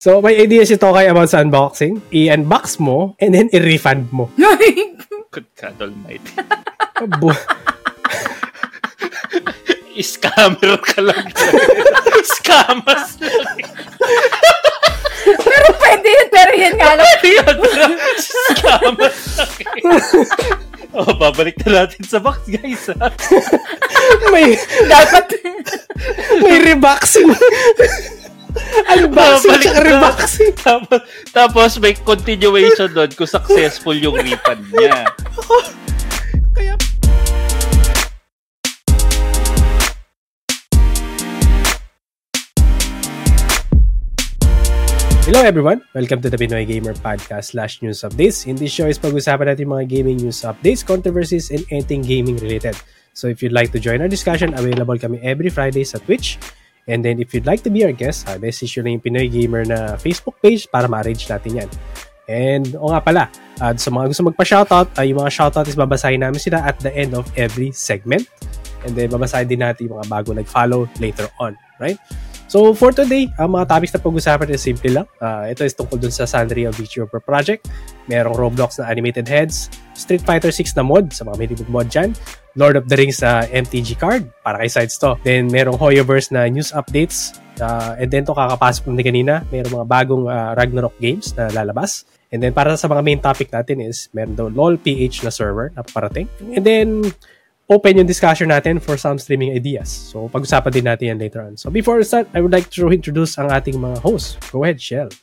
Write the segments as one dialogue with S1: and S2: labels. S1: So, may idea si Tokay about sa unboxing. I-unbox mo, and then i-refund mo.
S2: Like,
S3: Good God almighty.
S1: Bu-
S3: Scammer ka lang. Scammers lang.
S2: pero pwede yun, pero yun nga lang.
S3: Yan lang. Scammers lang. oh, babalik na natin sa box, guys. ha?
S1: may,
S2: Dapat,
S1: may reboxing. unboxing
S3: Babalik
S1: tsaka
S3: na.
S1: reboxing.
S3: Tapos, tapos may continuation doon kung successful yung refund niya.
S1: Kaya, Hello everyone! Welcome to the Pinoy Gamer Podcast slash news updates. In this show is pag-usapan natin yung mga gaming news updates, controversies, and anything gaming related. So if you'd like to join our discussion, available kami every Friday sa Twitch. And then if you'd like to be our guest, ha, message nyo lang yung Pinoy Gamer na Facebook page para ma-arrange natin yan. And o nga pala, uh, sa mga gusto magpa-shoutout, ay yung mga shoutout is babasahin namin sila at the end of every segment. And then babasahin din natin yung mga bago nag-follow later on, right? So for today, ang mga topics na pag-usapan is simple lang. Ah, ito is tungkol dun sa Sanrio VTuber Project. Merong Roblox na animated heads, Street Fighter 6 na mod, sa mga may libog mod dyan, Lord of the Rings na MTG card, para kay sides to. Then merong Hoyoverse na news updates, Ah, and then to kakapasok natin kanina, merong mga bagong ah, Ragnarok games na lalabas. And then para sa mga main topic natin is, meron daw LOL PH na server na parating. And then open yung discussion natin for some streaming ideas. So, pag-usapan din natin yan later on. So, before we start, I would like to introduce ang ating mga hosts. Go ahead, Shell.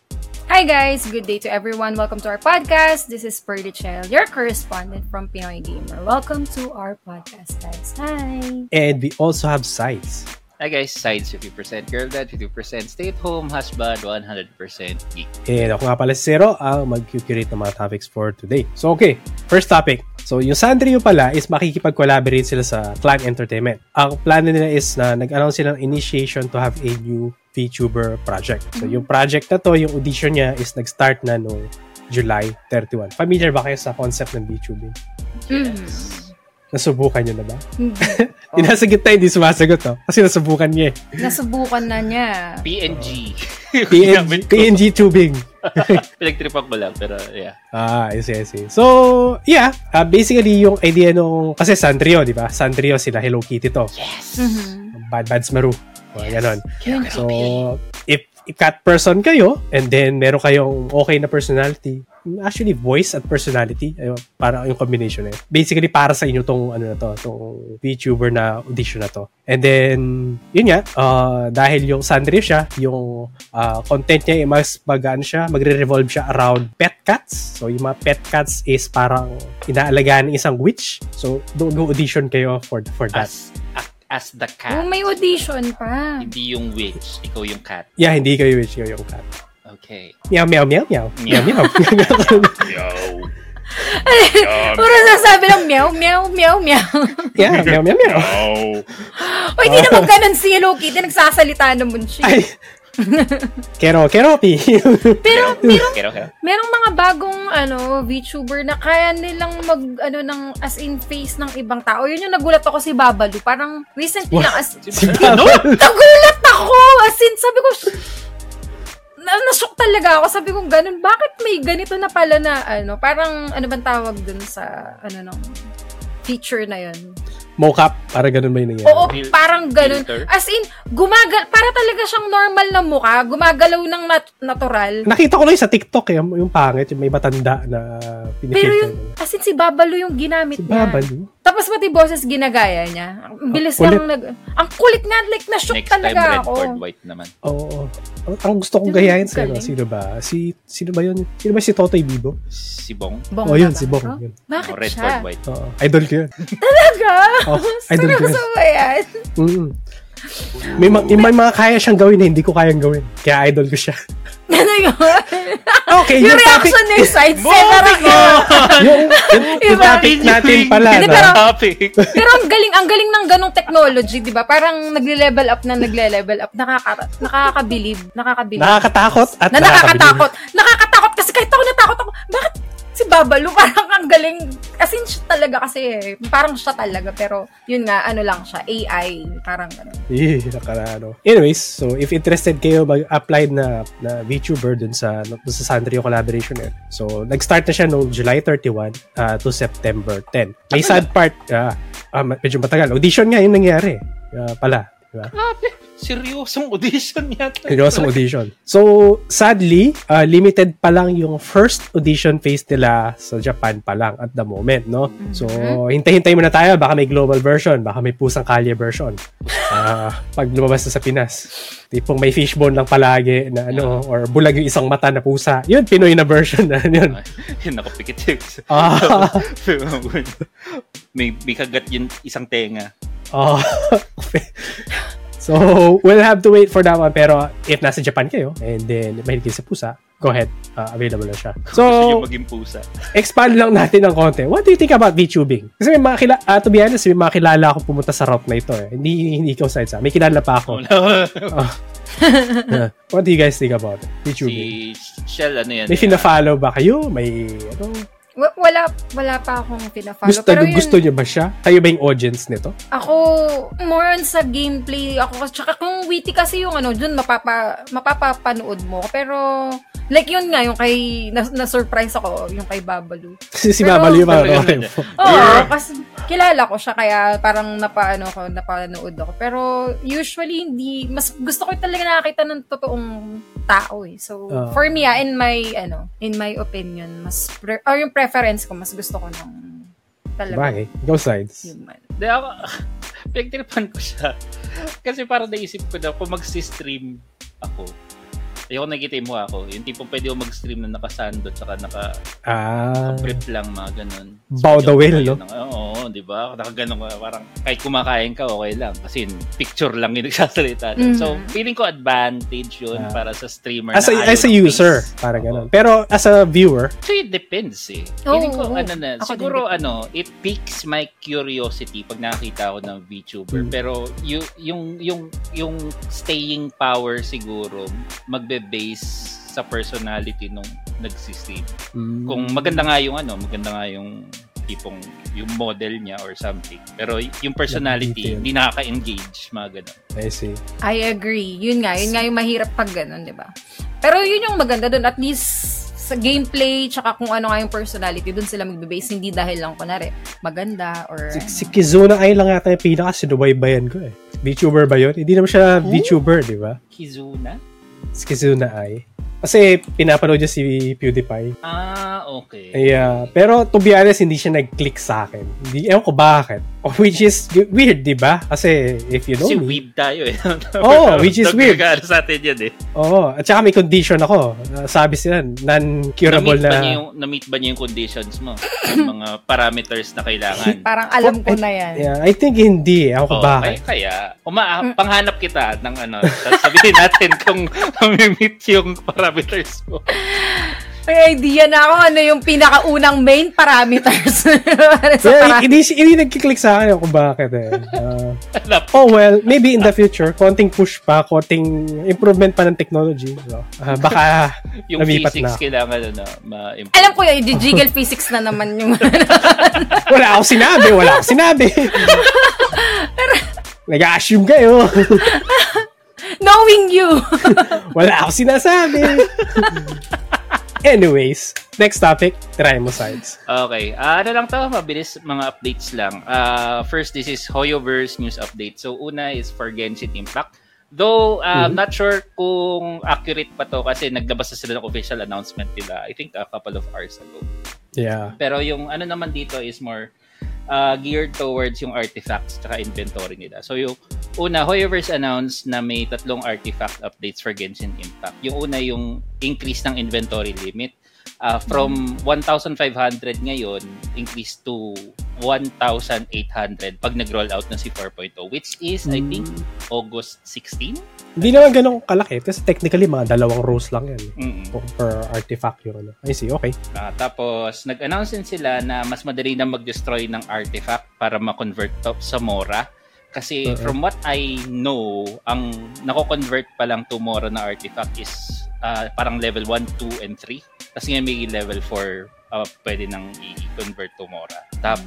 S2: Hi guys, good day to everyone. Welcome to our podcast. This is Purdy Chell, your correspondent from Pinoy Gamer. Welcome to our podcast, guys. Hi!
S1: And we also have sides.
S3: Hi guys, science 50% girl dad, 50% stay at home husband, 100% geek.
S1: And ako nga pala si Zero ang mag-curate ng mga topics for today. So okay, first topic. So yung Sanrio pala is makikipag-collaborate sila sa Clan Entertainment. Ang plano nila is na nag-announce sila ng initiation to have a new VTuber project. So yung project na to, yung audition niya is nag-start na noong July 31. Familiar ba kayo sa concept ng VTubing?
S3: Yes.
S1: Nasubukan niyo na ba?
S2: Hindi.
S1: Oh. Yung nasa gitna, hindi sumasagot to. Kasi nasubukan niya eh.
S2: Nasubukan na niya.
S3: PNG.
S1: PNG, PNG tubing.
S3: Pinagtripan ko lang, pero yeah.
S1: Ah, I see, I see. So, yeah. ah, basically, yung idea nung... Kasi Sanrio, di ba? Sanrio sila, Hello Kitty to.
S3: Yes!
S2: Mhm.
S1: Bad Bads Maru. Mga ganon.
S2: Yun.
S1: So, if, if cat person kayo, and then meron kayong okay na personality, actually voice at personality ayun, para yung combination na yun. basically para sa inyo tong ano na to tong VTuber na audition na to and then yun nga ah, dahil yung Sanrio siya yung ah, content niya ay mas magaan siya magre-revolve siya around pet cats so yung mga pet cats is parang inaalagaan ng isang witch so doon go audition kayo for for that
S3: As, a- as the cat.
S2: Oh, may audition pa.
S3: Hindi yung witch. Ikaw yung cat.
S1: yeah hindi kayo witch kayo yung cat
S3: Okay.
S1: Meow, meow, meow, meow. Meow,
S3: Meow.
S1: meow.
S3: Yo!
S2: Puro sasabi lang, meow, meow, meow, meow.
S1: yeah, meow, meow, meow.
S3: Yo!
S2: O, hindi naman ganun si Hello Kitty. Nagsasalita naman siya.
S1: Ay. Kero, keropi.
S2: Pero, merong,
S3: Kero, kero.
S2: merong mga bagong, ano, VTuber na kaya nilang mag, ano, ng, as in face ng ibang tao. Yun yung nagulat ako si Babalu. Parang, recently lang, as,
S3: Si
S1: Ano?
S2: Nagulat ako! As in, sabi ko, "Sh-" na, nashock talaga ako. Sabi ko, ganun, bakit may ganito na pala na, ano, parang, ano bang tawag dun sa, ano, nung feature na yun.
S1: Mocap, para ganun ba yung nangyari?
S2: Oo,
S3: Fil-
S2: parang ganun.
S3: filter?
S2: As in, gumagal, para talaga siyang normal na mukha, gumagalaw ng nat- natural.
S1: Nakita ko lang yung sa TikTok, eh, yung, yung pangit, yung may matanda na
S2: Pero
S1: pinipito.
S2: yun, as in, si Babalo yung ginamit
S1: Si
S2: niya.
S1: Babalo.
S2: Tapos pati boses ginagaya niya. Ang bilis
S1: Ang
S2: lang nag... Ang kulit nga, like, na-shock
S3: Next time,
S2: talaga
S3: red
S2: ako.
S3: cord white naman.
S1: Oo. Ang, ang gusto kong
S2: Pero
S1: gayahin
S2: yung
S1: sa ano,
S2: galing.
S1: sino ba? Si, sino ba yun? Sino ba si Totoy Bibo?
S3: Si Bong.
S2: Bongga
S1: Oo, yun,
S2: ba?
S1: si Bong.
S2: Oh,
S1: Yun.
S2: Bakit
S3: Oh, red
S2: siya?
S3: cord white.
S1: Oo. Idol ko yun.
S2: Talaga?
S1: Oh, idol ko
S2: Seryoso
S1: yun.
S2: ba yan?
S1: Mm. May, ma- may mga kaya siyang gawin na hindi ko kayang gawin. Kaya idol ko siya.
S2: Ano yun?
S1: Okay,
S2: Yung
S1: yung, topic,
S2: reaction ng side parang
S1: yung, yung, yung
S2: Iba.
S1: topic natin pala.
S2: Hindi,
S1: no?
S2: pero-
S3: Topic.
S2: Pero ang galing, ang galing ng ganong technology, di ba? Parang nagle-level up na nagle-level up. Nakaka, nakakabilib. Nakakabilib.
S1: Nakakatakot at
S2: na nakakatakot. Nakakatakot kasi kahit ako natakot ako. Bakit si Babalu parang ang galing as in siya talaga kasi eh. Parang siya talaga pero yun nga ano lang siya AI parang ano.
S1: Eh, nakara, ano. Anyways, so if interested kayo mag-apply na, na VTuber dun sa, dun sa Sanrio collaboration na yun. So, nag-start na siya noong July 31 ah, to September 10. May sad part, ah, ah, medyo matagal. Audition nga yung nangyari. Ah, pala, di ba?
S3: Grabe, seryosong audition yata.
S1: Seryosong audition. So, sadly, uh, limited pa lang yung first audition phase nila sa Japan pa lang at the moment, no? So, hintay-hintay muna tayo. Baka may global version. Baka may pusang kalye version. Ah, pag lumabas na sa Pinas. Tipong may fishbone lang palagi na ano, or bulag yung isang mata na pusa. Yun, Pinoy na version na yun.
S3: Ay, yun, nakapikit yun.
S1: Ah.
S3: may, may kagat yung isang tenga.
S1: Oh. so, we'll have to wait for that one. Pero, if nasa Japan kayo, and then, mahilig kayo sa pusa, go ahead. Ah, available na siya. So,
S3: Gusto niyo maging pusa.
S1: expand lang natin ng konti. What do you think about VTubing? Kasi may mga kilala, to be honest, may mga kilala ako pumunta sa route na ito eh. Hindi, hindi ikaw side sa. May kilala pa ako. Yeah. What do you guys think about it? VTubing?
S3: si Shell, ano yan?
S1: May fina-follow ba kayo? May, ano?
S2: Wa- wala wala pa akong pinafollow
S1: Gusto, gusto niyo ba siya? Kayo ba yung audience nito?
S2: ako more on sa gameplay ako kasi tsaka kung witty kasi yung ano dun mapapa mapapapanood mo pero like yun nga yung kay na, surprise ako yung kay Babalu.
S1: Kasi si
S2: Pero-
S1: Mama Liu,
S3: Pero
S1: mga
S3: yun,
S2: Oo, kasi kilala ko siya kaya parang napaano ko napanood ako pero usually hindi mas gusto ko talaga nakakita ng totoong tao eh. So
S1: Oo.
S2: for me ah, in my ano in my opinion mas pre- or yung preference ko mas gusto ko ng talaga
S1: Bye. Go Diba, eh? sides.
S2: human.
S3: Hindi ako, pinagtiripan ko siya. Kasi parang naisip ko na kung mag-stream ako, ayoko nakikita mo ako. Yung tipong pwede ako mag-stream na nakasandot saka naka-prep
S1: Ah.
S3: lang mga ganun.
S1: Bow the will,
S3: Ayun
S1: no?
S3: ang- Oo, di ba? Nakaganon ka, parang kahit kumakain ka, okay lang. Kasi picture lang yung nagsasalita.
S2: Mhm.
S3: So, feeling ko advantage yun
S1: Ah.
S3: para sa streamer
S1: As a,
S3: na ayaw
S1: as a
S3: ng
S1: user,
S3: face.
S1: parang
S3: Oo.
S1: ganun. Pero as a viewer,
S3: So, it depends eh.
S2: Oo,
S3: Feeling ko,
S2: oo.
S3: ano na,
S2: Ako
S3: siguro
S2: din.
S3: ano, it piques my curiosity pag nakakita ako ng VTuber.
S1: Mm.
S2: Hmm.
S3: Pero yu- yung, yung, yung staying power siguro, magbe-base sa personality nung nagsistream. Kung
S2: Hmm.
S3: maganda nga yung ano, maganda nga yung tipong yung model niya or something. Pero y- yung personality,
S1: Nag-detail.
S3: hindi nakaka-engage, mga ganun.
S1: I see.
S2: I agree. Yun nga, yun nga yung mahirap pag ganun, 'di ba? Pero yun yung maganda doon at least sa gameplay tsaka kung ano nga yung personality doon sila magbe-base hindi dahil lang kunwari maganda or
S1: Si, si Kizuna ay lang yata yung pinaka sinubaybayan ko eh. VTuber ba yun? Hindi naman siya
S3: Who?
S1: VTuber, di ba?
S3: Kizuna?
S1: Si Kizuna ay. Kasi pinapanood niya si PewDiePie.
S3: Ah, okay.
S2: Eh,
S1: Ay, ah, pero to be honest, hindi siya nag-click sa akin. Hindi, ewan ko bakit. Oh, Which is weird, di ba? Kasi if you know
S3: Kasi
S1: me.
S3: weeb tayo eh.
S2: Oh,
S1: Oo, which is weird.
S3: Nagkakaano sa atin yan eh.
S1: Oo. At saka may condition ako. Ah, sabi sila, non-curable
S3: Na-meet ba, niya
S1: na.
S3: yung, na-meet ba niya yung conditions mo? yung mga parameters na kailangan?
S2: parang alam ko na yan.
S1: Yeah, I think hindi. Ewan ko
S3: Oo,
S1: bakit.
S3: Kaya, kaya uma,
S2: Mm.
S3: panghanap kita ng ano, sa- sabihin natin kung mamimit yung parameters mo.
S2: May idea na ako ano yung pinakaunang main parameters. Para sa
S1: Yeah,
S2: para-
S1: hindi, hindi nag-click sa akin. Ewan ko bakit eh. Ah,
S3: Alam,
S1: Oh well, maybe in the future, konting push pa, konting improvement pa ng technology. So, ah, baka
S3: yung
S1: Namipat
S3: physics
S1: na.
S3: kailangan ano, ma-improve.
S2: alam ko yun, yung jiggle physics na naman yung...
S1: wala ako sinabi, wala ako sinabi. Nag-assume kayo.
S2: knowing you!
S1: wala ako sinasabi. Anyways, next topic, try mo sides.
S3: Okay. Ah, ano lang to, mabilis mga updates lang. Ah, first, this is Hoyoverse news update. So, una is for Genshin Impact. Though, ah, I'm
S1: Mm-hmm.
S3: not sure kung accurate pa to kasi naglabas na sila ng official announcement nila, I think a couple of hours ago.
S1: Yeah.
S3: Pero yung ano naman dito is more uh, geared towards yung artifacts at inventory nila. So yung una, Hoyoverse announced na may tatlong artifact updates for Genshin Impact. Yung una yung increase ng inventory limit uh, from 1,500 ngayon increase to 1,800 pag nag-roll out na si 4.0 which is I think August 16.
S1: Hindi naman ganun kalaki. Kasi technically, mga dalawang rows lang yan.
S3: Mm-mm.
S1: Per- Per artifact yung ano. I see, okay.
S3: Ah, tapos, nag-announce din sila na mas madali na mag-destroy ng artifact para ma-convert to sa Mora. Kasi
S1: Oo.
S3: from what I know, ang nako-convert pa lang to Mora na artifact is ah, parang level 1, 2, and 3. Tapos ngayon may level 4 ah, pwede nang i- convert to Mora.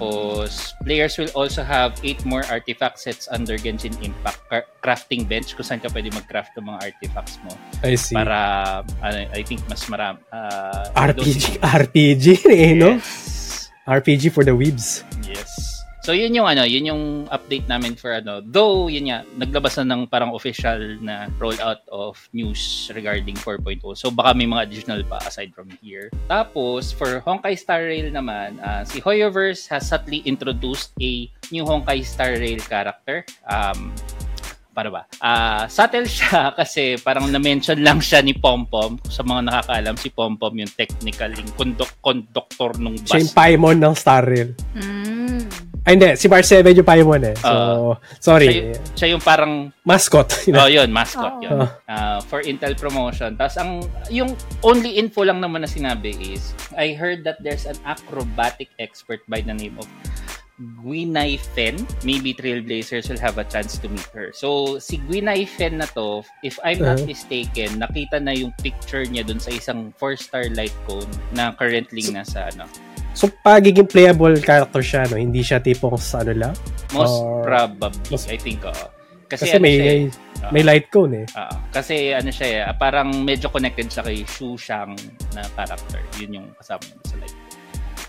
S3: Tapos, players will also have 8 more artifact sets under Genshin Impact Cra- crafting bench kung saan ka pwede mag-craft ng mga artifacts mo.
S1: I see.
S3: Para, ano, I think, mas marami. ah,
S1: RPG,
S3: those-
S1: RPG, eh, no?
S3: Yes.
S1: RPG for the weebs.
S3: Yes. So yun yung ano, yun yung update namin for ano. Though yun nga, naglabas na ng parang official na rollout of news regarding 4.0. So baka may mga additional pa aside from here. Tapos for Honkai Star Rail naman, ah, si Hoyoverse has subtly introduced a new Honkai Star Rail character. Um para ba? Ah, subtle siya kasi parang na-mention lang siya ni Pompom. Sa mga nakakaalam, si Pompom yung technical, yung conduct, conductor nung bus.
S1: Siya yung Paimon ng Star Rail.
S2: Mm.
S1: Ay, hindi. Si Bar 7 yung Paimon eh. So,
S3: Ah.
S1: sorry.
S3: Siya, siya yung parang
S1: Mascot. You know?
S3: Oh, yun, mascot
S2: Oh.
S3: yun. Ah, for Intel promotion. Tapos ang yung only info lang naman na sinabi is I heard that there's an acrobatic expert by the name of Gwynai Fen. Maybe Trailblazers will have a chance to meet her. So, si Gwynai Fen na to, if I'm not
S1: Uh-huh.
S3: mistaken, nakita na yung picture niya dun sa isang four-star light cone na currently nasa ano.
S1: So, pagiging playable character siya, no? Hindi siya tipong sa ano lang.
S3: Most
S1: Or-
S3: probably,
S1: Mas-
S3: I think, oo.
S1: Kasi,
S3: ano
S1: may,
S3: siya eh, oo.
S1: may light cone eh.
S3: Ah, kasi ano siya, eh, parang medyo connected siya kay Shu Shang na character. Yun yung kasama niya sa live.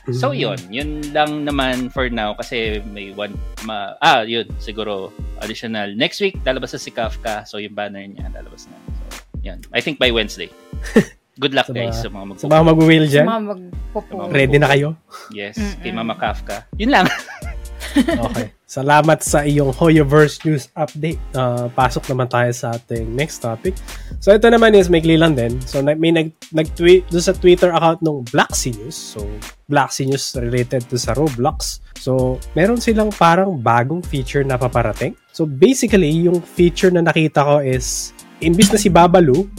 S1: Mm.
S3: So yun, yun lang naman for now kasi may one ma- ah yun siguro additional next week lalabas na si Kafka so yung banner niya lalabas na. So yun, I think by Wednesday. Good luck
S1: Sa mga-
S3: guys sa mga mag
S1: So, baka mag-wheel
S2: Sa
S1: dyan.
S2: mga
S3: Sa
S2: magpupo.
S3: mga-
S1: Ready na kayo?
S3: Yes,
S2: Mm-mm.
S3: kay Mama Kafka. Yun lang.
S1: Okay. Salamat sa iyong Hoyoverse News Update. Ah, pasok naman tayo sa ating next topic. So, ito naman is maikli lang din. So, na- may nag- nag-tweet doon sa Twitter account ng Black Sea News. So, Black Sea News related to sa Roblox. So, meron silang parang bagong feature na paparating. So, basically, yung feature na nakita ko is, imbis na si Babalu,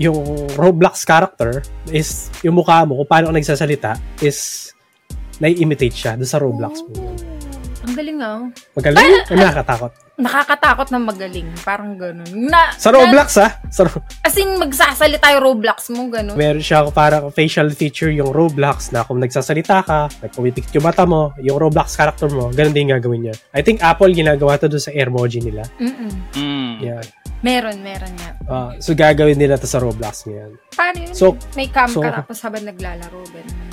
S1: yung Roblox character is yung mukha mo kung paano ka nagsasalita is nai-imitate siya doon sa Roblox mo.
S2: Oh, Ang galing nga. oh.
S1: Magaling o nakakatakot?
S2: Nakakatakot na magaling. Parang ganun. Na,
S1: Sa Roblox ha? Sa, Ro-
S2: Na, as in, magsasalita yung Roblox mo, ganun.
S1: meron siya parang facial feature yung Roblox na kung nagsasalita ka, nagpumipik yung mata mo, yung Roblox character mo, ganun din yung gagawin niya. I think Apple ginagawa to doon sa emoji nila.
S2: Mm-mm.
S3: Mm.
S1: Yeah.
S2: Meron, meron nga.
S1: Ah, so gagawin nila to sa Roblox ngayon.
S2: Paano yun?
S1: So-
S2: May cam
S1: so-
S2: ka tapos habang naglalaro, ganun.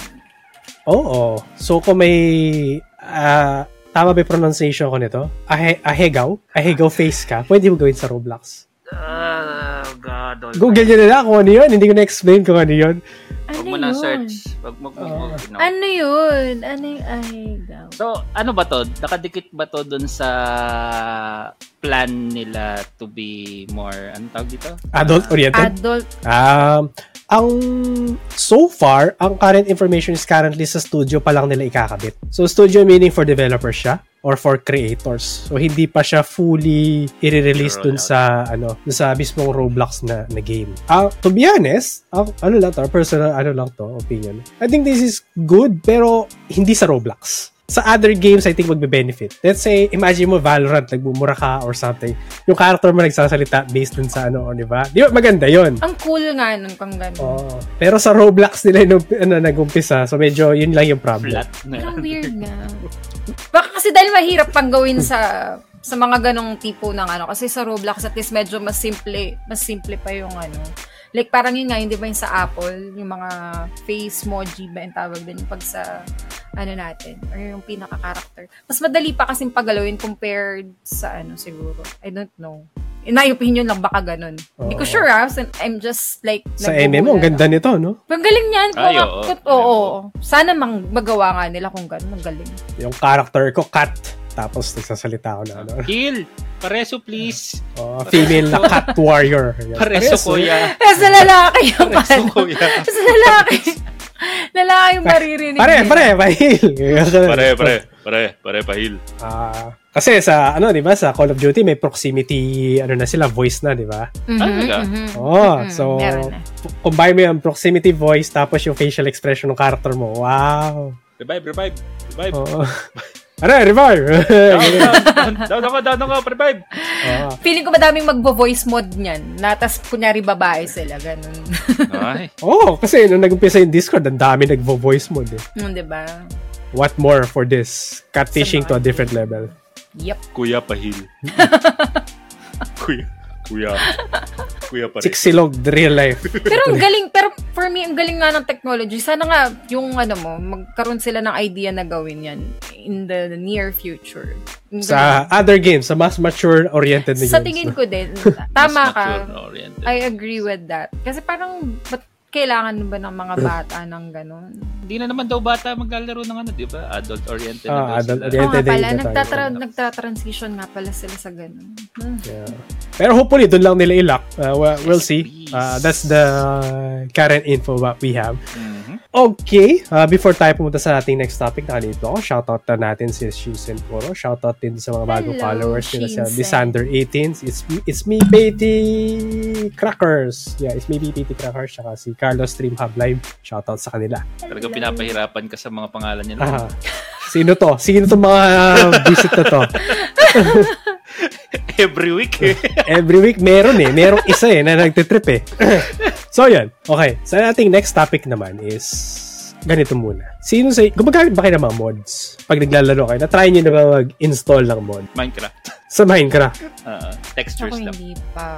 S1: Oo. So kung may ah, tama ba yung pronunciation ko nito? Ahe, ahegaw? Ahegaw face ka? Pwede mo gawin sa Roblox.
S4: Oh, God. all
S1: Google nyo na lang kung ano yun. Hindi ko na-explain kung ano yun.
S2: Ano
S4: Huwag mo lang
S2: yun?
S4: search. Huwag mo kung
S1: Oo.
S4: no.
S2: Ano yun? Ano yung ahigaw?
S3: So, ano ba to? Nakadikit ba to dun sa plan nila to be more, ano tawag dito?
S1: Adult-oriented?
S2: Adult.
S1: Um, ang so far, ang current information is currently sa studio pa lang nila ikakabit. So studio meaning for developers siya or for creators. So hindi pa siya fully i-release dun sa ano, dun sa mismong Roblox na, na game. Ah, to be honest, ang ano lang to, personal ano lang to, opinion. I think this is good pero hindi sa Roblox. Sa other games, I think magbe-benefit. Let's say, imagine mo Valorant, nagmumura ka or something. Yung character mo nagsasalita based dun sa ano, o, di ba? Di ba maganda yon
S2: Ang cool nga nun kung ganun.
S1: Oo. Pero sa Roblox nila yung ano, nag-umpisa. So medyo yun lang yung problem.
S3: Flat Ano na.
S2: Pero weird nga. Baka kasi dahil mahirap pang gawin sa sa mga ganong tipo ng ano. Kasi sa Roblox at least medyo mas simple, mas simple pa yung ano. Like parang yun nga, yun di ba yung sa Apple, yung mga face emoji ba yung tawag din pag sa ano natin, or yung pinaka-character. Mas madali pa kasing paggalawin compared sa ano siguro. I don't know. In my opinion lang, baka ganun. Hindi ko
S1: Oo.
S2: sure ah, so I'm just like...
S1: Sa
S2: nagbubulan
S1: MMO, ang ganda nito, no?
S2: Pero ang galing niyan. Kung
S3: Ay,
S2: nga-
S3: oo.
S2: kung- oo, oo. Sana mang magawa nga nila kung gano'n. Ang galing.
S1: Yung character ko, cat. Tapos nagsasalita ako na, ano.
S3: Kill! Pareso, please!
S1: Oh, female na cat warrior. eh. Yan.
S3: Pareso, kuya!
S2: Pero Eh, sa lalaki yung
S3: Pareso,
S2: ano.
S3: kuya!
S2: Sa lalaki. lalaki yung maririnig.
S1: Pare,
S2: nila.
S1: pare, pahil.
S5: Pare, pare, pare, pare, pahil.
S1: Ah, kasi sa, ano, di ba, sa Call of Duty, may proximity, ano na sila, voice na, di ba?
S2: Mhm,
S3: Ah,
S5: Talaga?
S2: mhm.
S1: Oo,
S2: Mhm,
S1: Oh, so-
S2: meron na.
S1: Combine mo yung proximity voice, tapos yung facial expression ng character mo. Wow!
S5: Revive, revive, revive.
S1: Oo. Pare, revive!
S5: Down, down, down ako, down ako, revive.
S1: Oo.
S2: Feeling ko madaming magbo-voice mode niyan. Na, tas kunyari babae sila. Ganun.
S3: Ay,
S1: Oh, Oo, kasi nung nag-umpisa yung Discord, ang dami nagvo-voice mode eh.
S2: Yun, Mm, di ba?
S1: What more for this? Catfishing to a
S2: Sa mga-
S1: different level.
S2: Yep.
S5: Kuya Pahil. kuya. Kuya. Kuya pa rin.
S1: Siksilog, the real life.
S2: Pero ang galing, pero for me, ang galing nga ng technology. Sana nga yung ano mo, magkaroon sila ng idea na gawin yan in the near future. Ang
S1: sa other games, sa mas mature-oriented na games.
S2: galing. sa tingin ko din, tama ka.
S3: oriented.
S2: I agree with that. Kasi parang, ba't kailangan ba ng mga bata ng ganun?
S3: Hindi na naman daw bata maglalaro ng ano, di ba? Adult oriented
S1: Ah,
S3: na daw sila.
S1: adult-oriented.
S2: Oo nga
S1: Oriented
S2: pala,
S1: na tayo.
S2: nagtatra- nagtatransition nga pala sila sa ganun. Hmm.
S1: Yeah. Pero hopefully, dun lang nila ilak. Uh, we- we'll see.
S3: please.
S1: Uh, that's the current info what we have.
S5: Mhm.
S2: Mm-hmm.
S1: Okay, uh, before tayo pumunta sa ating next topic, nakalito ako. Shoutout na natin si Shinsen Poro. Shoutout din sa mga bagong
S2: Hello,
S1: followers nila sa
S2: Shinsen.
S1: Lisander18. It's, it's me, Petty Crackers. Yeah, it's me, Petty Crackers. Tsaka si Carlos Stream Hub Live. Shoutout sa kanila.
S3: Talagang pinapahirapan ka sa mga pangalan niya.
S1: Aha. Sino to? Sino to mga uh, visit na to?
S5: Every week eh.
S1: Every week meron eh. Merong isa eh na nagtitrip eh. so yun. Okay. Sa ating next topic naman is ganito muna. Sino sa... Gumagamit ba kayo ng mga mods? Pag naglalaro kayo, na-try nyo na ba mag-install ng mod?
S3: Minecraft.
S1: Sa Minecraft.
S3: Ah,
S2: Ako
S3: textures lang.
S2: hindi pa.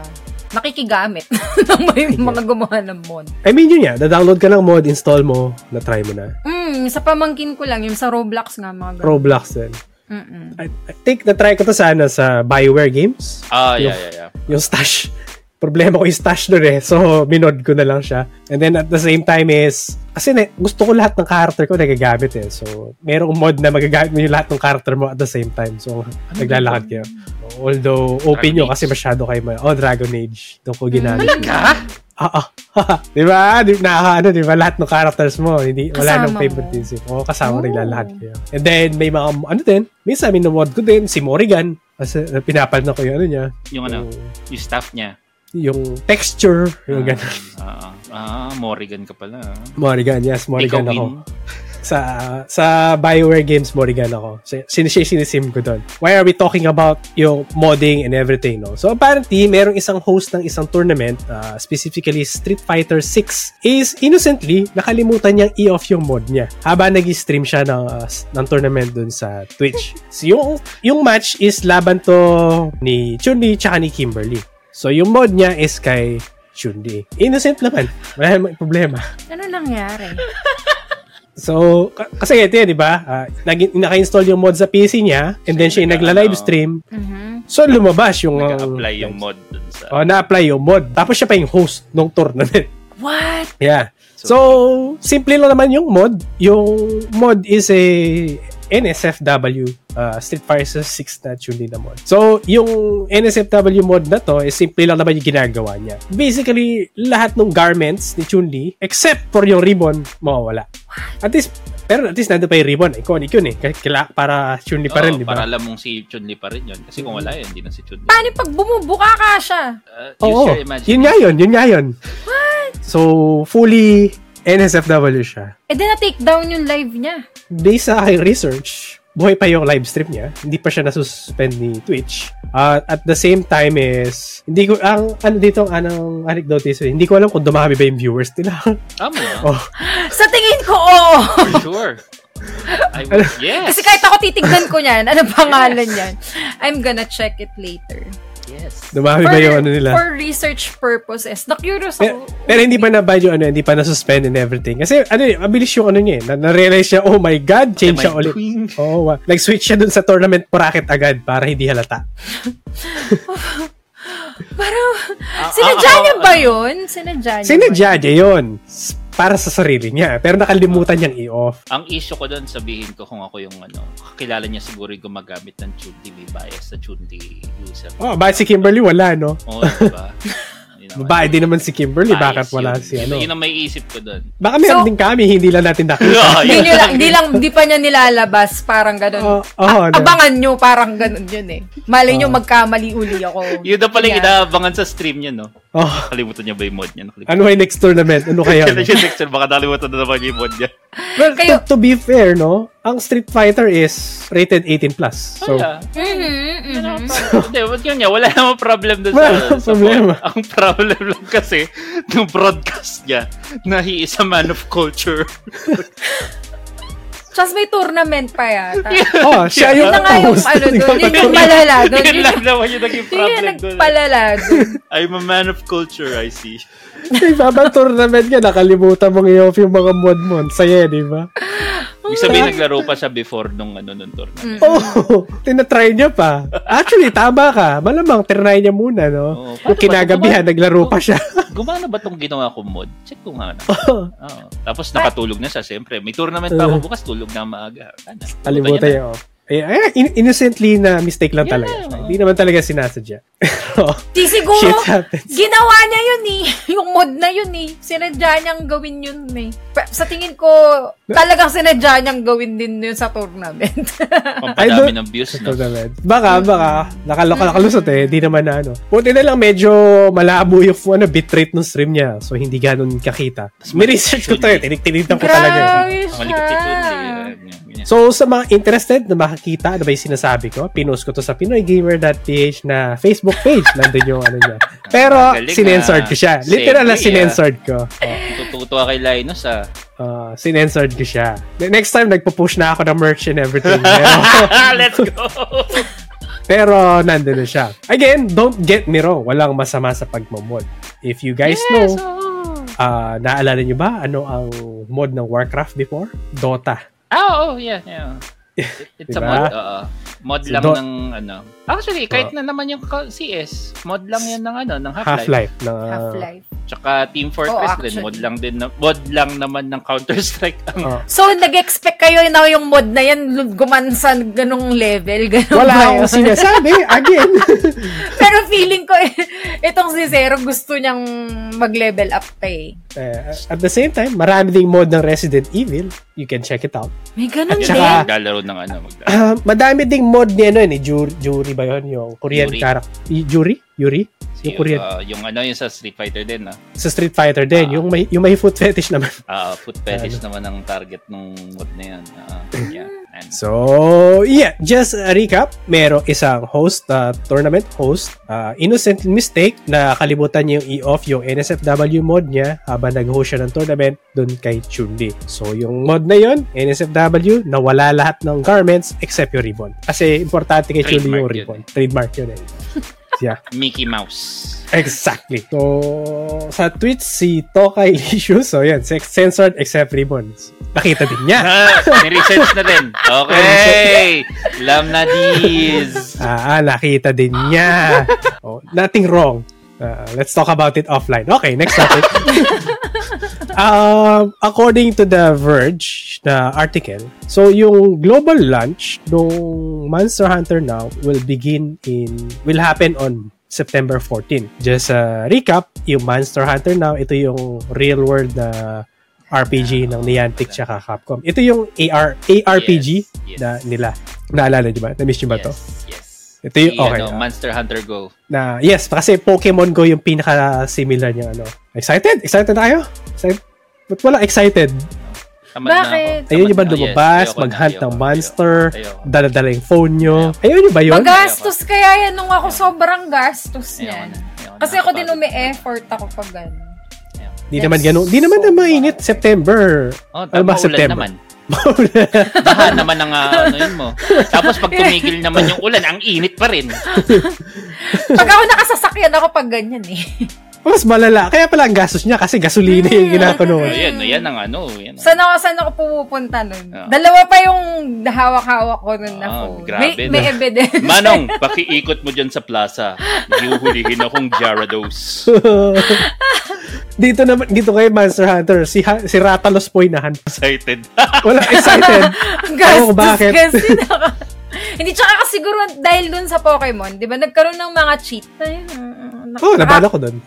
S2: Nakikigamit ng may mga gumawa ng mod.
S1: I mean yun yan. Na-download ka ng mod, install mo, na-try mo na.
S2: Mm, sa pamangkin ko lang, yung sa Roblox nga mga ganun.
S1: Roblox din.
S2: Mm-mm.
S1: I, I think na-try ko to sa, ano, sa Bioware games.
S3: Ah, yeah,
S1: Yung-
S3: yeah, yeah.
S1: yung stash. Problema ko yung stash doon eh. So, minod ko na lang siya. And then at the same time is, kasi na, gusto ko lahat ng character ko nagagamit eh. So, merong mod na magagamit mo yung lahat ng character mo at the same time. So, naglalakad kayo. Although, open nyo
S3: Ano Dragon Age.
S1: kasi masyado kayo ma- Oh, Dragon Age. Doon ko ginamit.
S3: Talaga?
S1: Oo. di ba? Di, na, ano, di ba? Lahat ng characters mo, hindi, wala
S2: Kasama
S1: nang
S2: mo.
S1: favoritism. Oo, kasama
S2: Oh.
S1: nila lahat kayo. And then, may mga, ano din, minsan minumod ko din, si Morrigan. Kasi uh, pinapal na ko yung ano niya.
S3: Yung ano,
S1: Yung-
S3: yung staff niya.
S1: yung texture, yung
S3: Ah,
S1: ganun.
S3: ah, ah, Morrigan ka pala. ah.
S1: Morrigan, yes, Morrigan
S3: Ikaw,
S1: ako.
S3: Win.
S1: Sa sa Bioware games, Morrigan ako. So, sin siya sinisim ko doon. Why are we talking about yung modding and everything, no? So apparently, merong isang host ng isang tournament, uh, specifically Street Fighter 6, is innocently nakalimutan niyang i-off yung mod niya habang nag-stream siya ng, uh, s- ng tournament doon sa Twitch. so yung, yung match is laban to ni Chun-Li tsaka ni Kimberly. So yung mod niya is kay Chun-Li. Innocent naman. Wala namang problema.
S2: Ano nangyari?
S1: So, k- kasi ito yun, di ba? Ah, nag- naka-install yung mod sa PC niya and then siya yung nagla-live stream.
S2: Mhm.
S1: So, lumabas yung...
S3: Nag-apply yung mod dun sa...
S1: Oh, na-apply yung mod. Tapos siya pa yung host nung tournament.
S2: What?
S1: yeah. So, simple lang naman yung mod. Yung mod is a NSFW ah, Street Fighter 6 na tune na mod. So, yung NSFW mod na to is simple lang naman yung ginagawa niya. Basically, lahat ng garments ni Chun-Li except for yung ribbon, mawawala. At least, pero at least nandun pa yung ribbon. Iconic yun eh. Kaya, para Chun-Li pa rin,
S3: Oo,
S1: di ba?
S3: Para alam mong si Chun-Li pa rin yun. Kasi kung wala yun, hindi na si Chun-Li.
S2: Paano pag bumubuka ka siya?
S3: Uh, use
S1: Oo,
S3: your imagination.
S1: yun nga yun, yun nga yun. So, fully NSFW siya.
S2: Eh, di na-take down yung live niya.
S1: based sa aking research, buhay pa yung live stream niya. Hindi pa siya nasuspend ni Twitch. At at the same time is, hindi ko, ang, ano dito, ang anong anecdote is, hindi ko alam kung dumami ba yung viewers nila.
S3: Tama na.
S1: oh,
S2: Sa tingin ko, oo.
S3: Sure. I would,
S1: Ano?
S3: yes.
S2: Kasi kahit ako titignan ko niyan, ano pangalan niyan? I'm gonna check it later.
S3: Yes.
S1: dumami ba yung ano nila. Eh,
S2: For research purposes. Na-curious
S1: Pero,
S2: ako.
S1: pero hindi pa na ba yung ano, hindi pa na-suspend and everything. Kasi, ano eh, mabilis yung ano niya eh. Na- Na-realize siya, oh my God, change
S3: Am I
S1: siya ulit.
S3: doing?
S1: Oo, oh, nag-switch siya dun sa tournament bracket agad para hindi halata.
S2: Ano Parang,
S3: Ah,
S2: sinadya
S3: ah,
S2: niya
S3: ah,
S2: ba yun? Sinadya niya
S1: Sinadya
S2: ba
S1: niya yun s- para sa sarili niya. Pero nakalimutan niyang i-off.
S3: Ang issue ko doon, sabihin ko kung ako yung ano, kakilala niya siguro yung gumagamit ng Chun-Li, may bias sa Chun-Li user.
S1: Oh, ba si Kimberly wala, no?
S3: Oo, diba? Yun ang-
S1: Babae din naman si Kimberly,
S3: bias
S1: bakit wala
S3: yun.
S1: si
S3: Yun-
S1: ano?
S3: Yun ang may isip ko doon.
S1: Baka meron
S2: So-
S1: din kami, hindi lang natin nakita.
S2: Hindi, nila, hindi lang, hindi pa niya nilalabas, parang
S1: Oo,
S2: ganun.
S1: oo,
S2: A-
S1: no.
S2: Abangan nyo, parang ganun yun eh. Malay
S1: Oh.
S2: nyo, magkamali uli ako.
S3: Yun na pala yung
S2: Yeah.
S3: inaabangan sa stream niya, no?
S1: Oh,
S3: Nakalimutan niya ba yung mod niya? Nakalimutan.
S1: ano yung next tournament? Ano kaya?
S3: Kaya na
S1: no?
S3: siya next time, baka nakalimutan na naman yung mod niya.
S1: well, to,
S2: Kayo-
S1: to be fair, no? Ang Street Fighter is rated 18+. plus. So,
S3: Wala.
S2: Mhm, mhm.
S3: Hindi, wag yun niya. Wala namang problem doon sa...
S1: Wala namang
S3: sa
S1: problema.
S3: pod. Ang problem lang kasi, nung broadcast niya, na he is a man of culture.
S2: Tapos may tournament pa yata.
S1: Oh, siya yung
S2: Yun na nga yung
S1: host.
S2: ano
S1: Hindi ka
S2: doon. Yun yung malala doon. Yun
S3: Yun lang naman yung naging
S2: yung- yun yung
S3: problem eh. doon.
S2: nagpalala doon.
S5: I'm a man of culture, I see.
S1: May babang tournament ka, nakalimutan mong i-off yung mga mod mo. Ang Saya, di ba?
S3: Ibig sabihin, naglaro pa siya before nung ano, nung tournament.
S2: Mm.
S1: Oo, oh, tinatry niya pa. Actually, tama ka. Malamang, tinry niya muna,
S3: Oo,
S2: Oh,
S1: no?
S3: Oh, paano
S1: Yung
S3: ba-
S1: kinagabihan,
S3: paano-
S1: naglaro pa siya. Oh.
S3: Gumana ba tong ginawa ko mod? Check ko nga na. Oo. Tapos nakatulog na siya, siyempre. May tournament pa ako bukas, tulog na maaga. Ano,
S1: Kalimutan niya, oh. Ay, ay, in- innocently na mistake lang
S3: Yeah.
S1: talaga. Hindi naman talaga sinasadya. Oo.
S2: Di siguro,
S1: Shit happens.
S2: ginawa niya yun eh. Yung mod na yun eh. Sinadya niyang gawin yun eh. Pa- Sa tingin ko, talagang sinadya niyang gawin din yun sa tournament.
S3: Pampadami ng views, no?
S1: Tournament. Baka, baka. Nakalok, nakalusot eh. Di naman na ano. Punti na lang medyo malabo yung ano, bitrate ng stream niya. So, hindi ganun kakita. May research ko to eh. Tinig-tinitan ko talaga eh.
S2: Grabe
S3: Ang malikot ito.
S2: siya.
S1: So, sa mga interested na makakita, ano ba yung sinasabi ko? Pinost ko to sa pinoygamer.ph na Facebook page. Nandun yung ano niya. Pero,
S3: Galing,
S1: sinensored
S3: ah.
S1: ko siya. Literal na
S3: Segue, ah.
S1: sinensored ko.
S3: Tutuwa kay Linus, ah.
S1: Uh, sinensored ko siya. The Next time, nagpo-push na ako ng merch and everything. Pero,
S5: Ah, let's go!
S1: pero nandun na siya. Again, don't get me wrong. Walang masama sa pagmamod. If you guys know, ah, naalala niyo ba ano ang mod ng Warcraft before? Dota.
S3: Ah, oo, yeah, yeah. It- It's a
S1: Diba?
S3: mod, oo. Mod
S1: So,
S3: lang
S1: do-
S3: ng ano. Actually, kahit na naman yung ka- CS, mod lang yan ng ano, ng Half-Life.
S1: Half-Life. na
S2: Half-Life.
S3: Tsaka Team Fortress
S2: Oo,
S3: din, mod
S2: actually.
S3: lang din na, mod lang naman ng Counter-Strike ang
S1: Oo.
S2: So, nag-expect kayo na yung mod na yan gumansan ganong level. Ganun
S1: Wala
S2: ba yun?
S1: akong sinasabi. Again.
S2: Pero feeling ko, eh, itong si Zero gusto niyang mag-level up pa eh.
S1: Eh, at the same time, marami ding mod ng Resident Evil. You can check it out.
S2: May ganun
S1: At
S3: Yun
S1: saka-
S2: din.
S3: ang maglalaro ng ano, maglalaro.
S1: Ah, madami ding mod ni ano yun, eh, Juri, Juri ba yun? Yung Korean
S3: Yuri.
S1: character. Juri? Yuri? Yung Korean.
S3: ah, yung ano, yung sa Street Fighter din, ah.
S1: sa Street Fighter din.
S3: Ah.
S1: yung, may, yung may foot fetish naman.
S3: Ah, foot fetish
S1: Ano?
S3: naman ang target nung mod na yan. Ah, yeah. And-
S1: So, yeah. Just a recap. Merong isang host, ah, tournament host, ah, innocent mistake na kalimutan niya yung i-off yung NSFW mod niya habang nag-host siya ng tournament dun kay Chun-Li. So, yung mod na yon NSFW, nawala lahat ng garments except yung ribbon. Kasi importante kay Chun-Li yung
S3: Trademark yun
S1: ribbon. Trademark yun eh. yeah.
S3: Mickey Mouse.
S1: Exactly. So, sa tweets si Tokay Lishu. So, yan. sex- Censored except ribbons. Nakita din niya.
S3: Ah, Ni-research na din. Okay. Lam na these.
S1: Ah, ah, nakita din niya. oh, nothing wrong. Ah, let's talk about it offline. Okay, next topic. um, according to the Verge na article, so yung global launch ng Monster Hunter Now will begin in will happen on September 14. Just a recap, yung Monster Hunter Now, ito yung real world uh, na RPG ng Niantic tsaka Capcom. Ito yung AR ARPG
S3: Yes, yes.
S1: na nila. Naalala niyo ba? Na-miss niyo Ano ba to?
S3: Yes, yes.
S1: Ito yung,
S3: Si,
S1: okay.
S3: ano,
S1: ah,
S3: Monster Hunter Go.
S1: na, yes, kasi Pokemon Go yung pinaka-similar niya, ano. Excited? Excited na kayo? Excited? Ba't wala excited?
S3: Tamad na ako.
S2: Bakit?
S3: Tamad
S1: Ayun yung ba
S3: na- yes,
S1: lumabas,
S3: ayoko na,
S1: mag-hunt
S3: ayoko,
S1: ng
S3: ayoko,
S1: monster,
S3: ayoko.
S1: dala-dala yung phone nyo. Ayun yung ba yun?
S2: Magastos kaya yan nung ako sobrang gastos
S3: Ayoko
S2: niyan.
S3: na, ayoko na.
S2: Kasi ako din
S3: Nakakapagod.
S2: umi-effort ako pag gano'n.
S3: Ayoko.
S1: Di naman ganun. Di naman na mainit September.
S3: Oh,
S1: Ano ba,
S3: tama, ulan
S1: September?
S3: naman. Baha naman ang ah, ano yun mo. Tapos pag tumigil naman yung ulan, ang init pa rin.
S2: Pag ako nakasasakyan ako pag ganyan eh.
S1: Mas malala. Kaya pala ang gastos niya kasi gasolina yung ginakanuhan.
S3: Ayan, ayan ang ano. Ayan, ang-
S2: Saan ako, saan ako pumupunta nun?
S3: Ah.
S2: Dalawa pa yung hawak-hawak ko nun na
S3: Ah,
S2: phone.
S3: grabe,
S2: may, may
S3: no?
S2: evidence.
S3: Manong, pakiikot mo dyan sa plaza. Iuhulihin akong Gyarados.
S1: dito naman, dito kay Monster Hunter, si, ha- si Ratalos po inahan.
S5: Excited.
S1: Wala, excited.
S2: Gastos
S1: Oo, bakit?
S2: kasi naka... Hindi, tsaka kasi siguro dahil dun sa Pokemon, di ba, nagkaroon ng mga cheat. Ay, mm,
S1: Oh,
S2: naka-
S1: nabala ko doon.